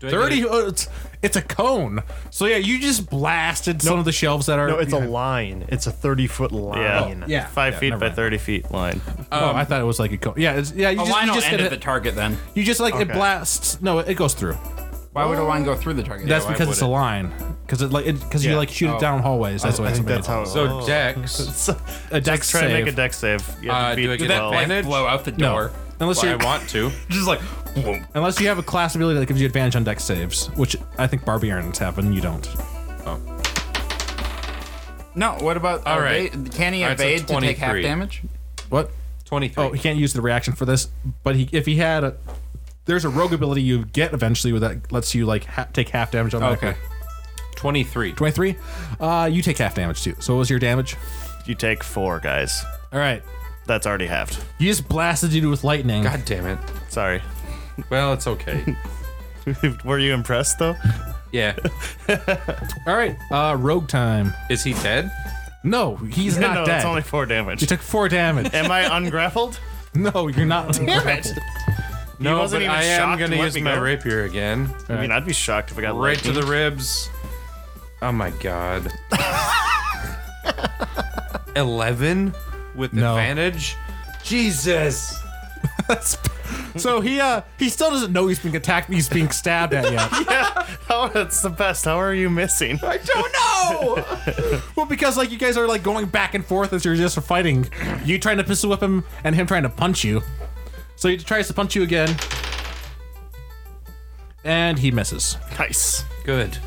S4: Do I get
S1: 30.
S4: it?
S1: Oh, it's, it's a cone. So, yeah, you just blasted some of the shelves that are.
S11: no, it's
S1: yeah.
S11: a line. It's a 30 foot line.
S1: Yeah.
S3: Five
S1: yeah,
S3: feet
S1: never
S3: by
S1: mind.
S3: 30 feet line.
S1: Oh, I thought it was like a cone. Yeah, it's, yeah. You
S2: A
S4: Oh,
S1: just,
S2: line
S1: you
S2: will
S1: just
S2: Oh, end
S1: get
S2: at the
S1: it.
S2: target then.
S1: You just like it
S11: Okay.
S1: blasts. No, it goes through.
S2: Why would a line go through the target?
S1: That's
S4: why
S1: because it's a
S4: would it?
S1: line. Because it like because you
S11: Yeah. Oh.
S1: like shoot it down hallways. That's why
S11: I
S1: it's
S11: think
S1: made.
S11: that's how it
S4: So Dex.
S3: So,
S1: a deck
S3: try
S1: save.
S3: and make a deck save. You have to
S4: Uh,
S3: beat
S4: do I get
S3: 12.
S4: advantage?
S2: blow out the
S1: no,
S2: door.
S1: unless
S4: Well,
S1: you
S4: I want to.
S2: Just like boom.
S1: unless you have a class ability that gives you advantage on deck saves, which I think barbarians have, and you don't.
S2: No, what about
S4: All
S2: all
S4: right.
S2: right? Can he
S4: All right, so
S2: evade to take half
S4: 23.
S2: damage?
S1: What?
S4: 23.
S1: Oh, he can't use the reaction for this, but he if he had a there's a rogue ability you get eventually with that lets you like ha- take half damage on
S4: okay. 23.
S1: 23. Uh you take half damage too. So what was your damage?
S3: You take four, guys.
S1: All right.
S3: That's already halved.
S1: You just blasted you with lightning.
S4: God damn it.
S3: Sorry.
S4: Well, it's okay.
S3: Were you impressed, though?
S4: Yeah.
S1: All right. Uh rogue time.
S4: Is he dead?
S1: No, he's not
S3: no,
S1: dead.
S3: it's only four damage.
S1: you took 4 damage.
S3: Am I ungrappled?
S1: no, you're not. Damn
S3: it.
S4: No,
S3: wasn't
S4: but
S3: even
S4: I am
S3: shocked
S4: going to
S3: to let
S4: use
S3: me
S4: my
S3: go?
S4: rapier again.
S3: I mean, I'd be shocked if I got
S4: Right to
S3: lightning.
S4: the ribs. Oh my god. 11 with
S1: No.
S4: advantage? Jesus.
S1: So he uh he still doesn't know he's being attacked. He's being stabbed at yet.
S3: Oh, that's the best. How are you missing?
S1: well, because like you guys are like going back and forth as you're just fighting. You trying to pistol whip him and him trying to punch you. So he tries to punch you again, and he misses.
S3: Nice.
S4: Good.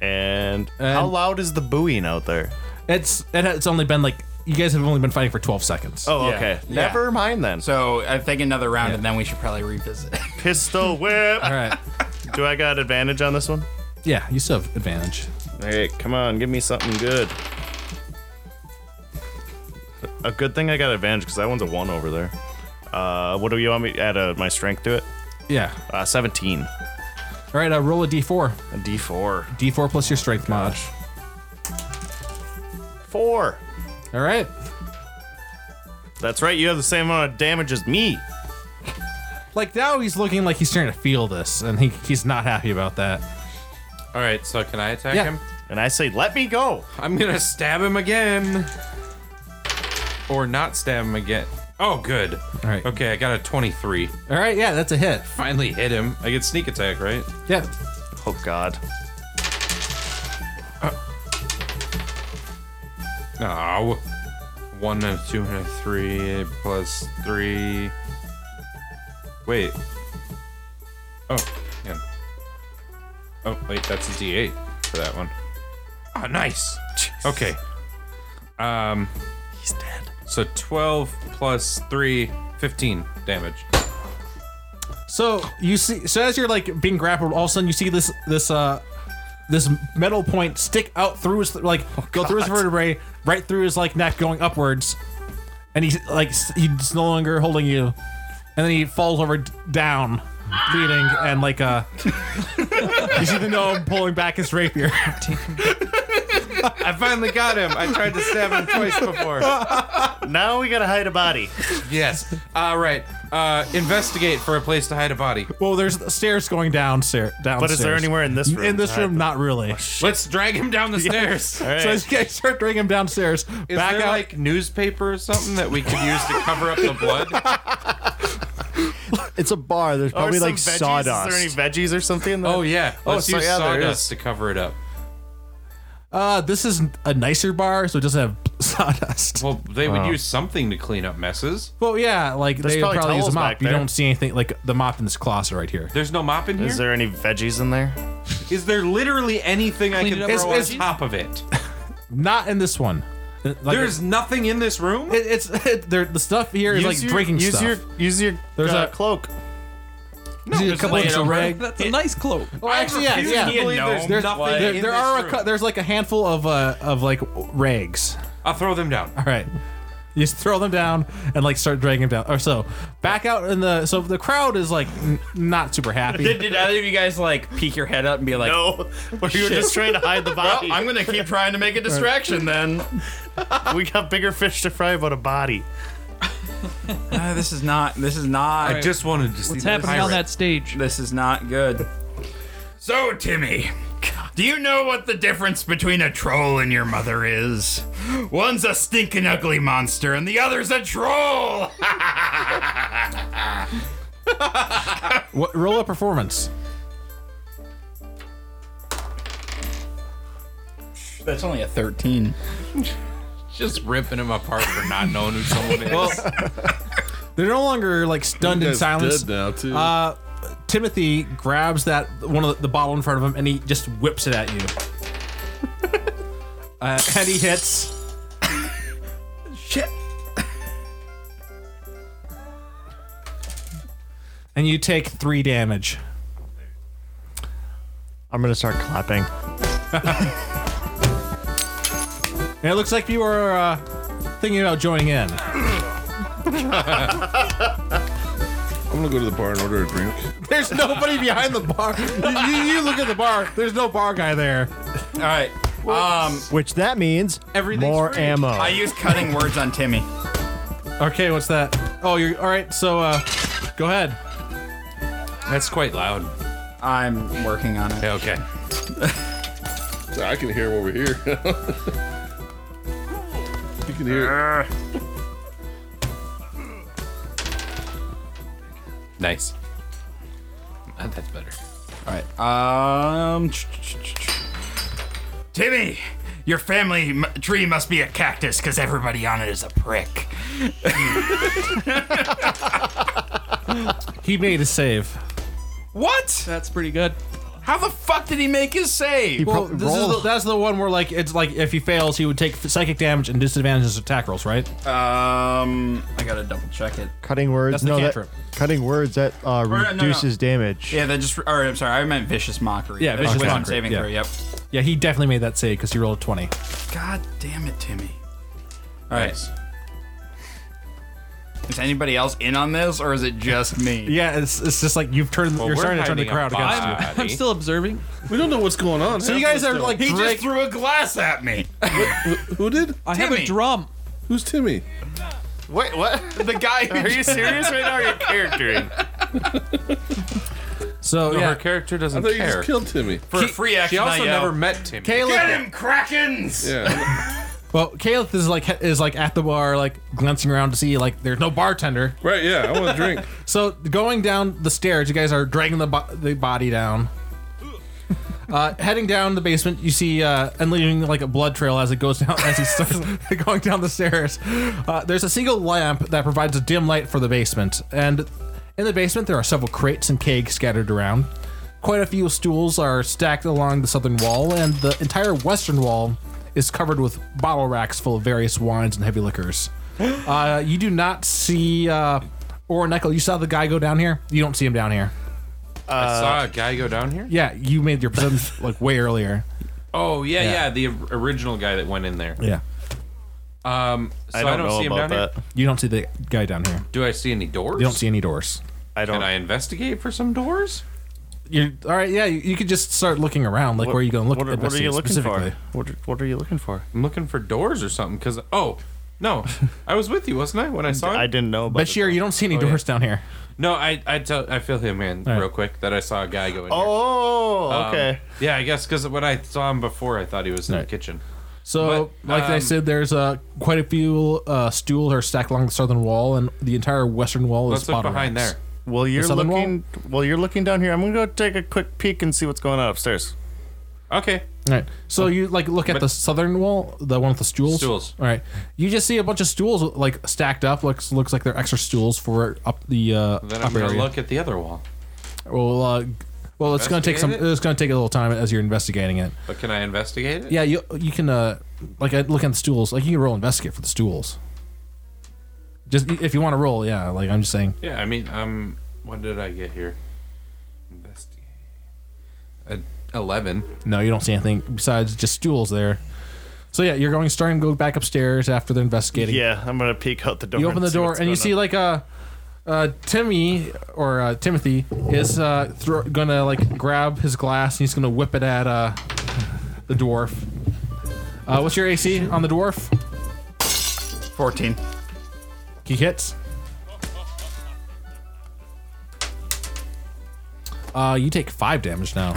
S3: And, how loud is the booing out there?
S1: It's it, it's only been like you guys have only been fighting for twelve seconds.
S3: Oh, okay. Never mind then.
S2: So I think another round, and then we should probably revisit.
S3: Pistol whip.
S1: all right.
S3: Do I got advantage on this one?
S1: Yeah, you still have advantage.
S3: Hey, come on, give me something good. A good thing I got advantage because that one's a one over there. Uh, what do you want me to add uh, my strength to it?
S1: Yeah.
S3: Uh, 17.
S1: All right. Uh, roll a d4.
S3: A D4.
S1: D4 plus your strength mod.
S3: Four.
S1: All right.
S3: That's right, you have the same amount of damage as me.
S1: Like now he's looking like he's starting to feel this, and he he's not happy about that.
S4: All right, so can I attack
S1: Yeah.
S4: him?
S3: And I say, let me go.
S4: I'm gonna stab him again, or not stab him again. Oh, good. All
S1: right.
S4: Okay, I got a 23.
S1: All right. Yeah, that's a hit.
S4: Finally hit him. I get sneak attack, right?
S1: Yeah.
S3: Oh, God.
S4: No. One and a two and a three plus three. Wait. Oh, yeah. Oh, wait, that's a D8 for that one. Ah, nice. Okay. Um. He's dead. So 12 plus 3, 15 damage.
S1: So you see, so as you're like being grappled, all of a sudden you see this this uh this metal point stick out through his like
S4: Oh,
S1: go through his vertebrae, right through his like neck, going upwards, and he's like s- he's no longer holding you, and then he falls over d- down, bleeding, and like uh you see the gnome pulling back his rapier.
S4: I finally got him. I tried to stab him twice before.
S3: Now we gotta hide a body.
S4: Yes. All right. Uh, investigate for a place to hide a body.
S1: well, there's stairs going down stair downstairs.
S3: But is there anywhere in this room? Oh,
S1: in this
S3: to hide
S1: room?
S3: them?
S1: Not really.
S4: Let's drag him down the stairs.
S3: All right.
S1: So as you guys start dragging him downstairs,
S4: Is
S1: back
S4: there
S1: out.
S4: like newspaper or something that we could use to cover up the blood?
S11: It's a bar. There's
S3: Or
S11: probably
S3: some
S11: like
S3: veggies?
S11: sawdust.
S3: Is there any veggies or something? in there?
S4: Oh yeah.
S3: Oh,
S4: Let's
S3: so
S4: use
S3: yeah, there
S4: sawdust
S3: is.
S4: to cover it up.
S1: Uh, this is a nicer bar, so it doesn't have sawdust.
S4: Well, they would use something to clean up messes.
S1: Well, yeah, like they
S3: probably
S1: probably, use a
S3: towels
S1: mop.
S3: back
S1: You
S3: there.
S1: don't see anything like the mop in this closet right here.
S4: There's no mop in here.
S3: Is
S4: Is there,
S3: there any veggies in there?
S4: is there literally anything I
S10: Clean
S4: can
S10: it up
S4: throw
S10: with
S4: on
S10: cheese?
S4: top of it?
S1: Not in this one. Uh, Like,
S4: There's nothing in this room.
S1: it, it's it, there- the stuff here is
S3: Use
S1: like
S3: your-
S1: drinking
S3: use
S1: stuff.
S3: Your, use your
S1: There's
S3: uh,
S1: a-
S3: cloak.
S1: You see a couple
S2: lay it
S1: extra
S2: over.
S1: rag.
S10: That's a nice cloak.
S1: Oh, actually, yeah,
S4: Refuse to
S1: yeah.
S4: believe there's
S1: There's,
S4: nothing
S1: there,
S4: in
S1: there
S4: this
S1: are a,
S4: room.
S1: cou- there's like a handful of uh of like rags.
S4: I'll throw them down.
S1: All right. You just throw them down and like start dragging them down. Or so back out in the so the crowd is like n- not super happy.
S2: did, did either of you guys like peek your head up and be like,
S3: No, we were just trying to hide the body.
S2: Oh, I'm gonna keep trying to make a distraction then.
S3: we got bigger fish to fry about a body.
S2: Uh, this is not. This is not.
S4: I just wanted to see
S10: What's happening on that stage?
S2: This is not good. So, Timmy, do you know what the difference between a troll and your mother is? One's a stinking ugly monster, and the other's a troll.
S1: What, roll a performance.
S2: That's only a thirteen.
S4: Just ripping him apart for not knowing who someone is.
S1: They're no longer like stunned in
S8: Guy's
S1: silence.
S8: Dead now too.
S1: Uh, Timothy grabs that one of the, the bottle in front of him and he just whips it at you. uh, and he hits.
S2: Shit.
S1: And you take three damage.
S11: I'm gonna start clapping.
S1: And it looks like you are uh, thinking about joining in.
S8: I'm gonna go to the bar and order a drink.
S1: There's nobody behind the bar. You, you- you look at the bar. There's no bar guy there.
S2: All right. Um,
S11: Which that means
S1: Everything's
S11: more
S1: free.
S11: ammo.
S2: I use cutting words on Timmy.
S1: Okay, what's that? Oh, you're all right. So, uh, go ahead.
S4: That's quite loud.
S2: I'm working on it.
S4: Okay.
S8: So I can hear him over here. you can hear.
S4: Nice. Ah, That's better.
S2: All right. Um, Timmy, Your family m- tree must be a cactus because everybody on it is a prick.
S1: He made a save.
S2: What?
S10: That's pretty good.
S2: How the fuck did he make his save?
S1: Well, this is the, that's the one where like it's like if he fails, he would take psychic damage and disadvantage his attack rolls, right?
S2: Um, I gotta double check it.
S11: Cutting words.
S1: the
S11: no, that,
S1: cantrip.
S11: cutting words that uh,
S2: no, no.
S11: reduces damage.
S2: Yeah, that just. Or I'm sorry, I meant vicious mockery.
S1: Yeah,
S2: That's
S1: vicious
S2: wisdom
S1: mockery,
S2: Saving
S1: yeah.
S2: throw. Yep.
S1: Yeah, he definitely made that save because he rolled a twenty.
S2: God damn it, Timmy. All right. Is anybody else in on this, or is it just me?
S1: Yeah, it's, it's just like you've turned
S4: Well,
S1: you're
S4: we're
S1: starting to turn the
S4: hiding a
S1: crowd against you.
S10: I'm still observing.
S8: We don't know what's going on. So
S1: You guys are like
S2: He
S1: Drake-
S2: just threw a glass at me.
S8: who did?
S10: I have a
S2: Timmy.
S10: drum.
S8: Who's Timmy?
S3: Wait, what?
S2: the guy who
S3: Are you serious right now? Or are you charactering?
S1: so yeah,
S4: Her character
S8: I
S4: doesn't
S8: thought you
S4: care.
S8: just killed Timmy.
S2: for free action.
S4: She also
S2: I yell,
S4: never met Tim.
S1: Caleb.
S2: Get him, Krakens!
S8: Yeah.
S1: Well, Caleb is like is like at the bar, like glancing around to see like there's no bartender.
S8: right. Yeah. I want a drink.
S1: So going down the stairs, you guys are dragging the bo- the body down. Uh, heading down the basement, you see uh, and leaving like a blood trail as it goes down as he starts going down the stairs. Uh, there's a single lamp that provides a dim light for the basement, and in the basement there are several crates and kegs scattered around. Quite a few stools are stacked along the southern wall, and the entire western wall is covered with bottle racks full of various wines and heavy liquors. Uh, you do not see uh, Orneckle. You saw the guy go down here. You don't see him down here.
S4: I saw a guy go down here.
S1: Uh, Yeah, you made your presence like way earlier.
S4: Oh yeah, yeah, the or- original guy that went in there.
S1: Yeah,
S4: Um, so
S3: I
S4: I
S3: don't,
S4: don't,
S3: know
S4: see him down
S3: about that.
S4: here.
S1: you don't see the guy down here.
S4: Do I see any doors?
S1: You don't see any doors.
S3: I
S4: Can
S3: don't.
S4: I investigate for some doors?
S1: You're all right. Yeah, you, you could just start looking around. Like where are you going to look?
S3: What, are- what are
S1: investigate
S3: you looking for?
S1: specifically.
S3: What are, what are you looking for?
S4: I'm looking for doors or something. Cause oh no, I was with you, wasn't I? When I saw
S3: I
S4: him?
S3: didn't know about.
S1: But
S3: it.
S1: Sheer, you don't see any
S4: oh, yeah.
S1: doors down here.
S4: no, I I tell I feel him in
S1: right.
S4: real quick that I saw a guy go in. here.
S3: Oh,
S4: Um,
S3: okay.
S4: yeah, I guess because when I saw him before, I thought he was in the
S1: Right.
S4: kitchen.
S1: So,
S4: But,
S1: like I
S4: um,
S1: said, there's uh, quite a few uh, stools are stacked along the southern wall, and the entire western wall is
S4: Let's look
S1: bottom
S4: behind
S1: racks.
S4: there.
S3: Well, you're
S1: southern wall?
S3: looking. Well, you're looking down here. I'm gonna go take a quick peek and see what's going on upstairs.
S4: Okay,
S1: All right. So you like look at
S4: But-
S1: the southern wall, the one with the stools.
S4: Stools.
S1: All right. You just see a bunch of stools like stacked up. Looks looks like they're extra stools for up the uh,
S4: then I'm
S1: upper
S4: gonna
S1: area.
S4: look at the other wall.
S1: Well, uh, well, it's gonna take some.
S4: Investigate it?
S1: It's gonna take a little time as you're investigating it.
S4: But can I investigate it?
S1: Yeah, you you can uh like uh, look at the stools. Like you can roll investigate for the stools. Just if you want to roll, yeah. Like I'm just saying.
S4: Yeah, I mean, um, what did I get here? Investigate. A Eleven.
S1: No, you don't see anything besides just stools there. So yeah, you're going starting to go back upstairs after they're investigating.
S3: Yeah, I'm gonna peek out the door.
S1: You open
S3: and
S1: the
S3: see
S1: door
S3: what's
S1: and you
S3: going
S1: see
S3: on.
S1: like a. Uh, Timmy or uh, Timothy is uh, thro- gonna like grab his glass and he's gonna whip it at uh, the dwarf. Uh, what's your AC on the dwarf?
S2: 14.
S1: He hits. Uh, you take five damage now.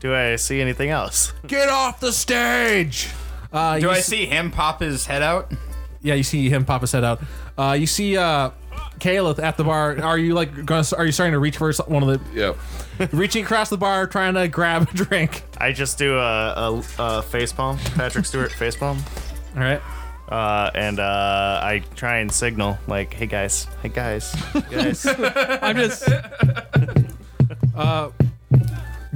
S3: Do I see anything else?
S1: Get off the stage. Uh,
S2: Do
S1: you
S2: I
S1: s-
S2: see him pop his head out?
S1: Yeah, you see him pop his head out. Uh, you see uh, Caleb at the bar. Are you like gonna? Are you starting to reach for some- one of
S8: Yeah.
S1: the reaching across the bar, trying to grab a drink?
S3: I just do a, a, a face palm, Patrick Stewart face palm,
S1: All right.
S3: uh, and uh, I try and signal like, "Hey guys, hey guys, hey guys."
S10: I'm just.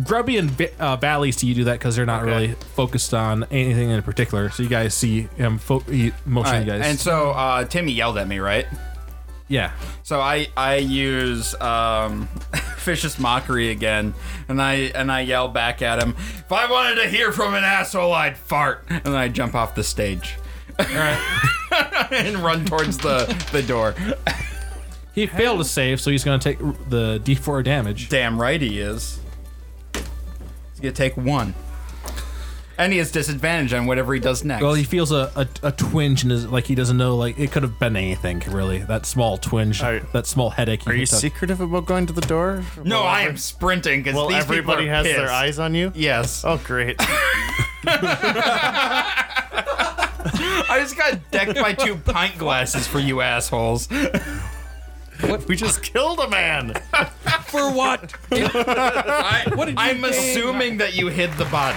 S1: Grubby and Ba- uh, Valley see you do that because they're not really focused on anything in particular. So you guys see him fo- he motion you guys.
S2: And so uh, Timmy yelled at me, right?
S1: yeah.
S2: So I I use um, vicious mockery again, and I and I yell back at him. If I wanted to hear from an asshole, I'd fart, and then I jump off the stage. and run towards the the door.
S1: He failed to save, so he's going to take the d4 damage.
S2: Damn right he is. He's gonna take one, and he has disadvantage on whatever he does next.
S1: Well, he feels a, a, a twinge in his like he doesn't know like it could have been anything really. That small twinge,
S3: Are-
S1: that small headache.
S3: Are you secretive about going to the door?
S2: no, I am sprinting because
S3: Well,
S2: these people
S3: everybody
S2: are
S3: has their
S2: pissed.
S3: eyes on you.
S2: Yes,
S3: Oh, great.
S2: I just got decked by two pint glasses for you assholes.
S3: we just killed a man.
S10: For what?
S2: I,
S10: What did you
S2: I'm
S10: think?
S2: assuming that you hid the body.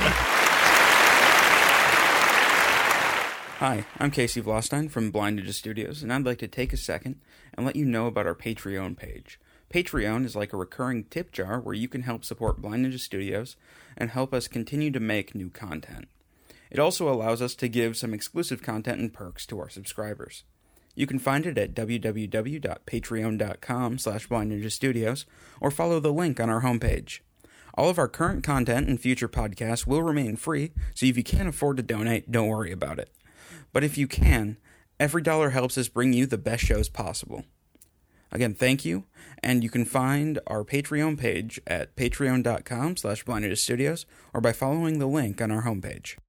S13: Hi, I'm Casey Vlostein from Blind Ninja Studios, and I'd like to take a second and let you know about our Patreon page. Patreon is like a recurring tip jar where you can help support Blind Ninja Studios and help us continue to make new content. It also allows us to give some exclusive content and perks to our subscribers. You can find it at www.patreon.com slash Blind Ninja Studios or follow the link on our homepage. All of our current content and future podcasts will remain free, so if you can't afford to donate, don't worry about it. But if you can, every dollar helps us bring you the best shows possible. Again, thank you, and you can find our Patreon page at patreon.com slash Blind Ninja Studios or by following the link on our homepage.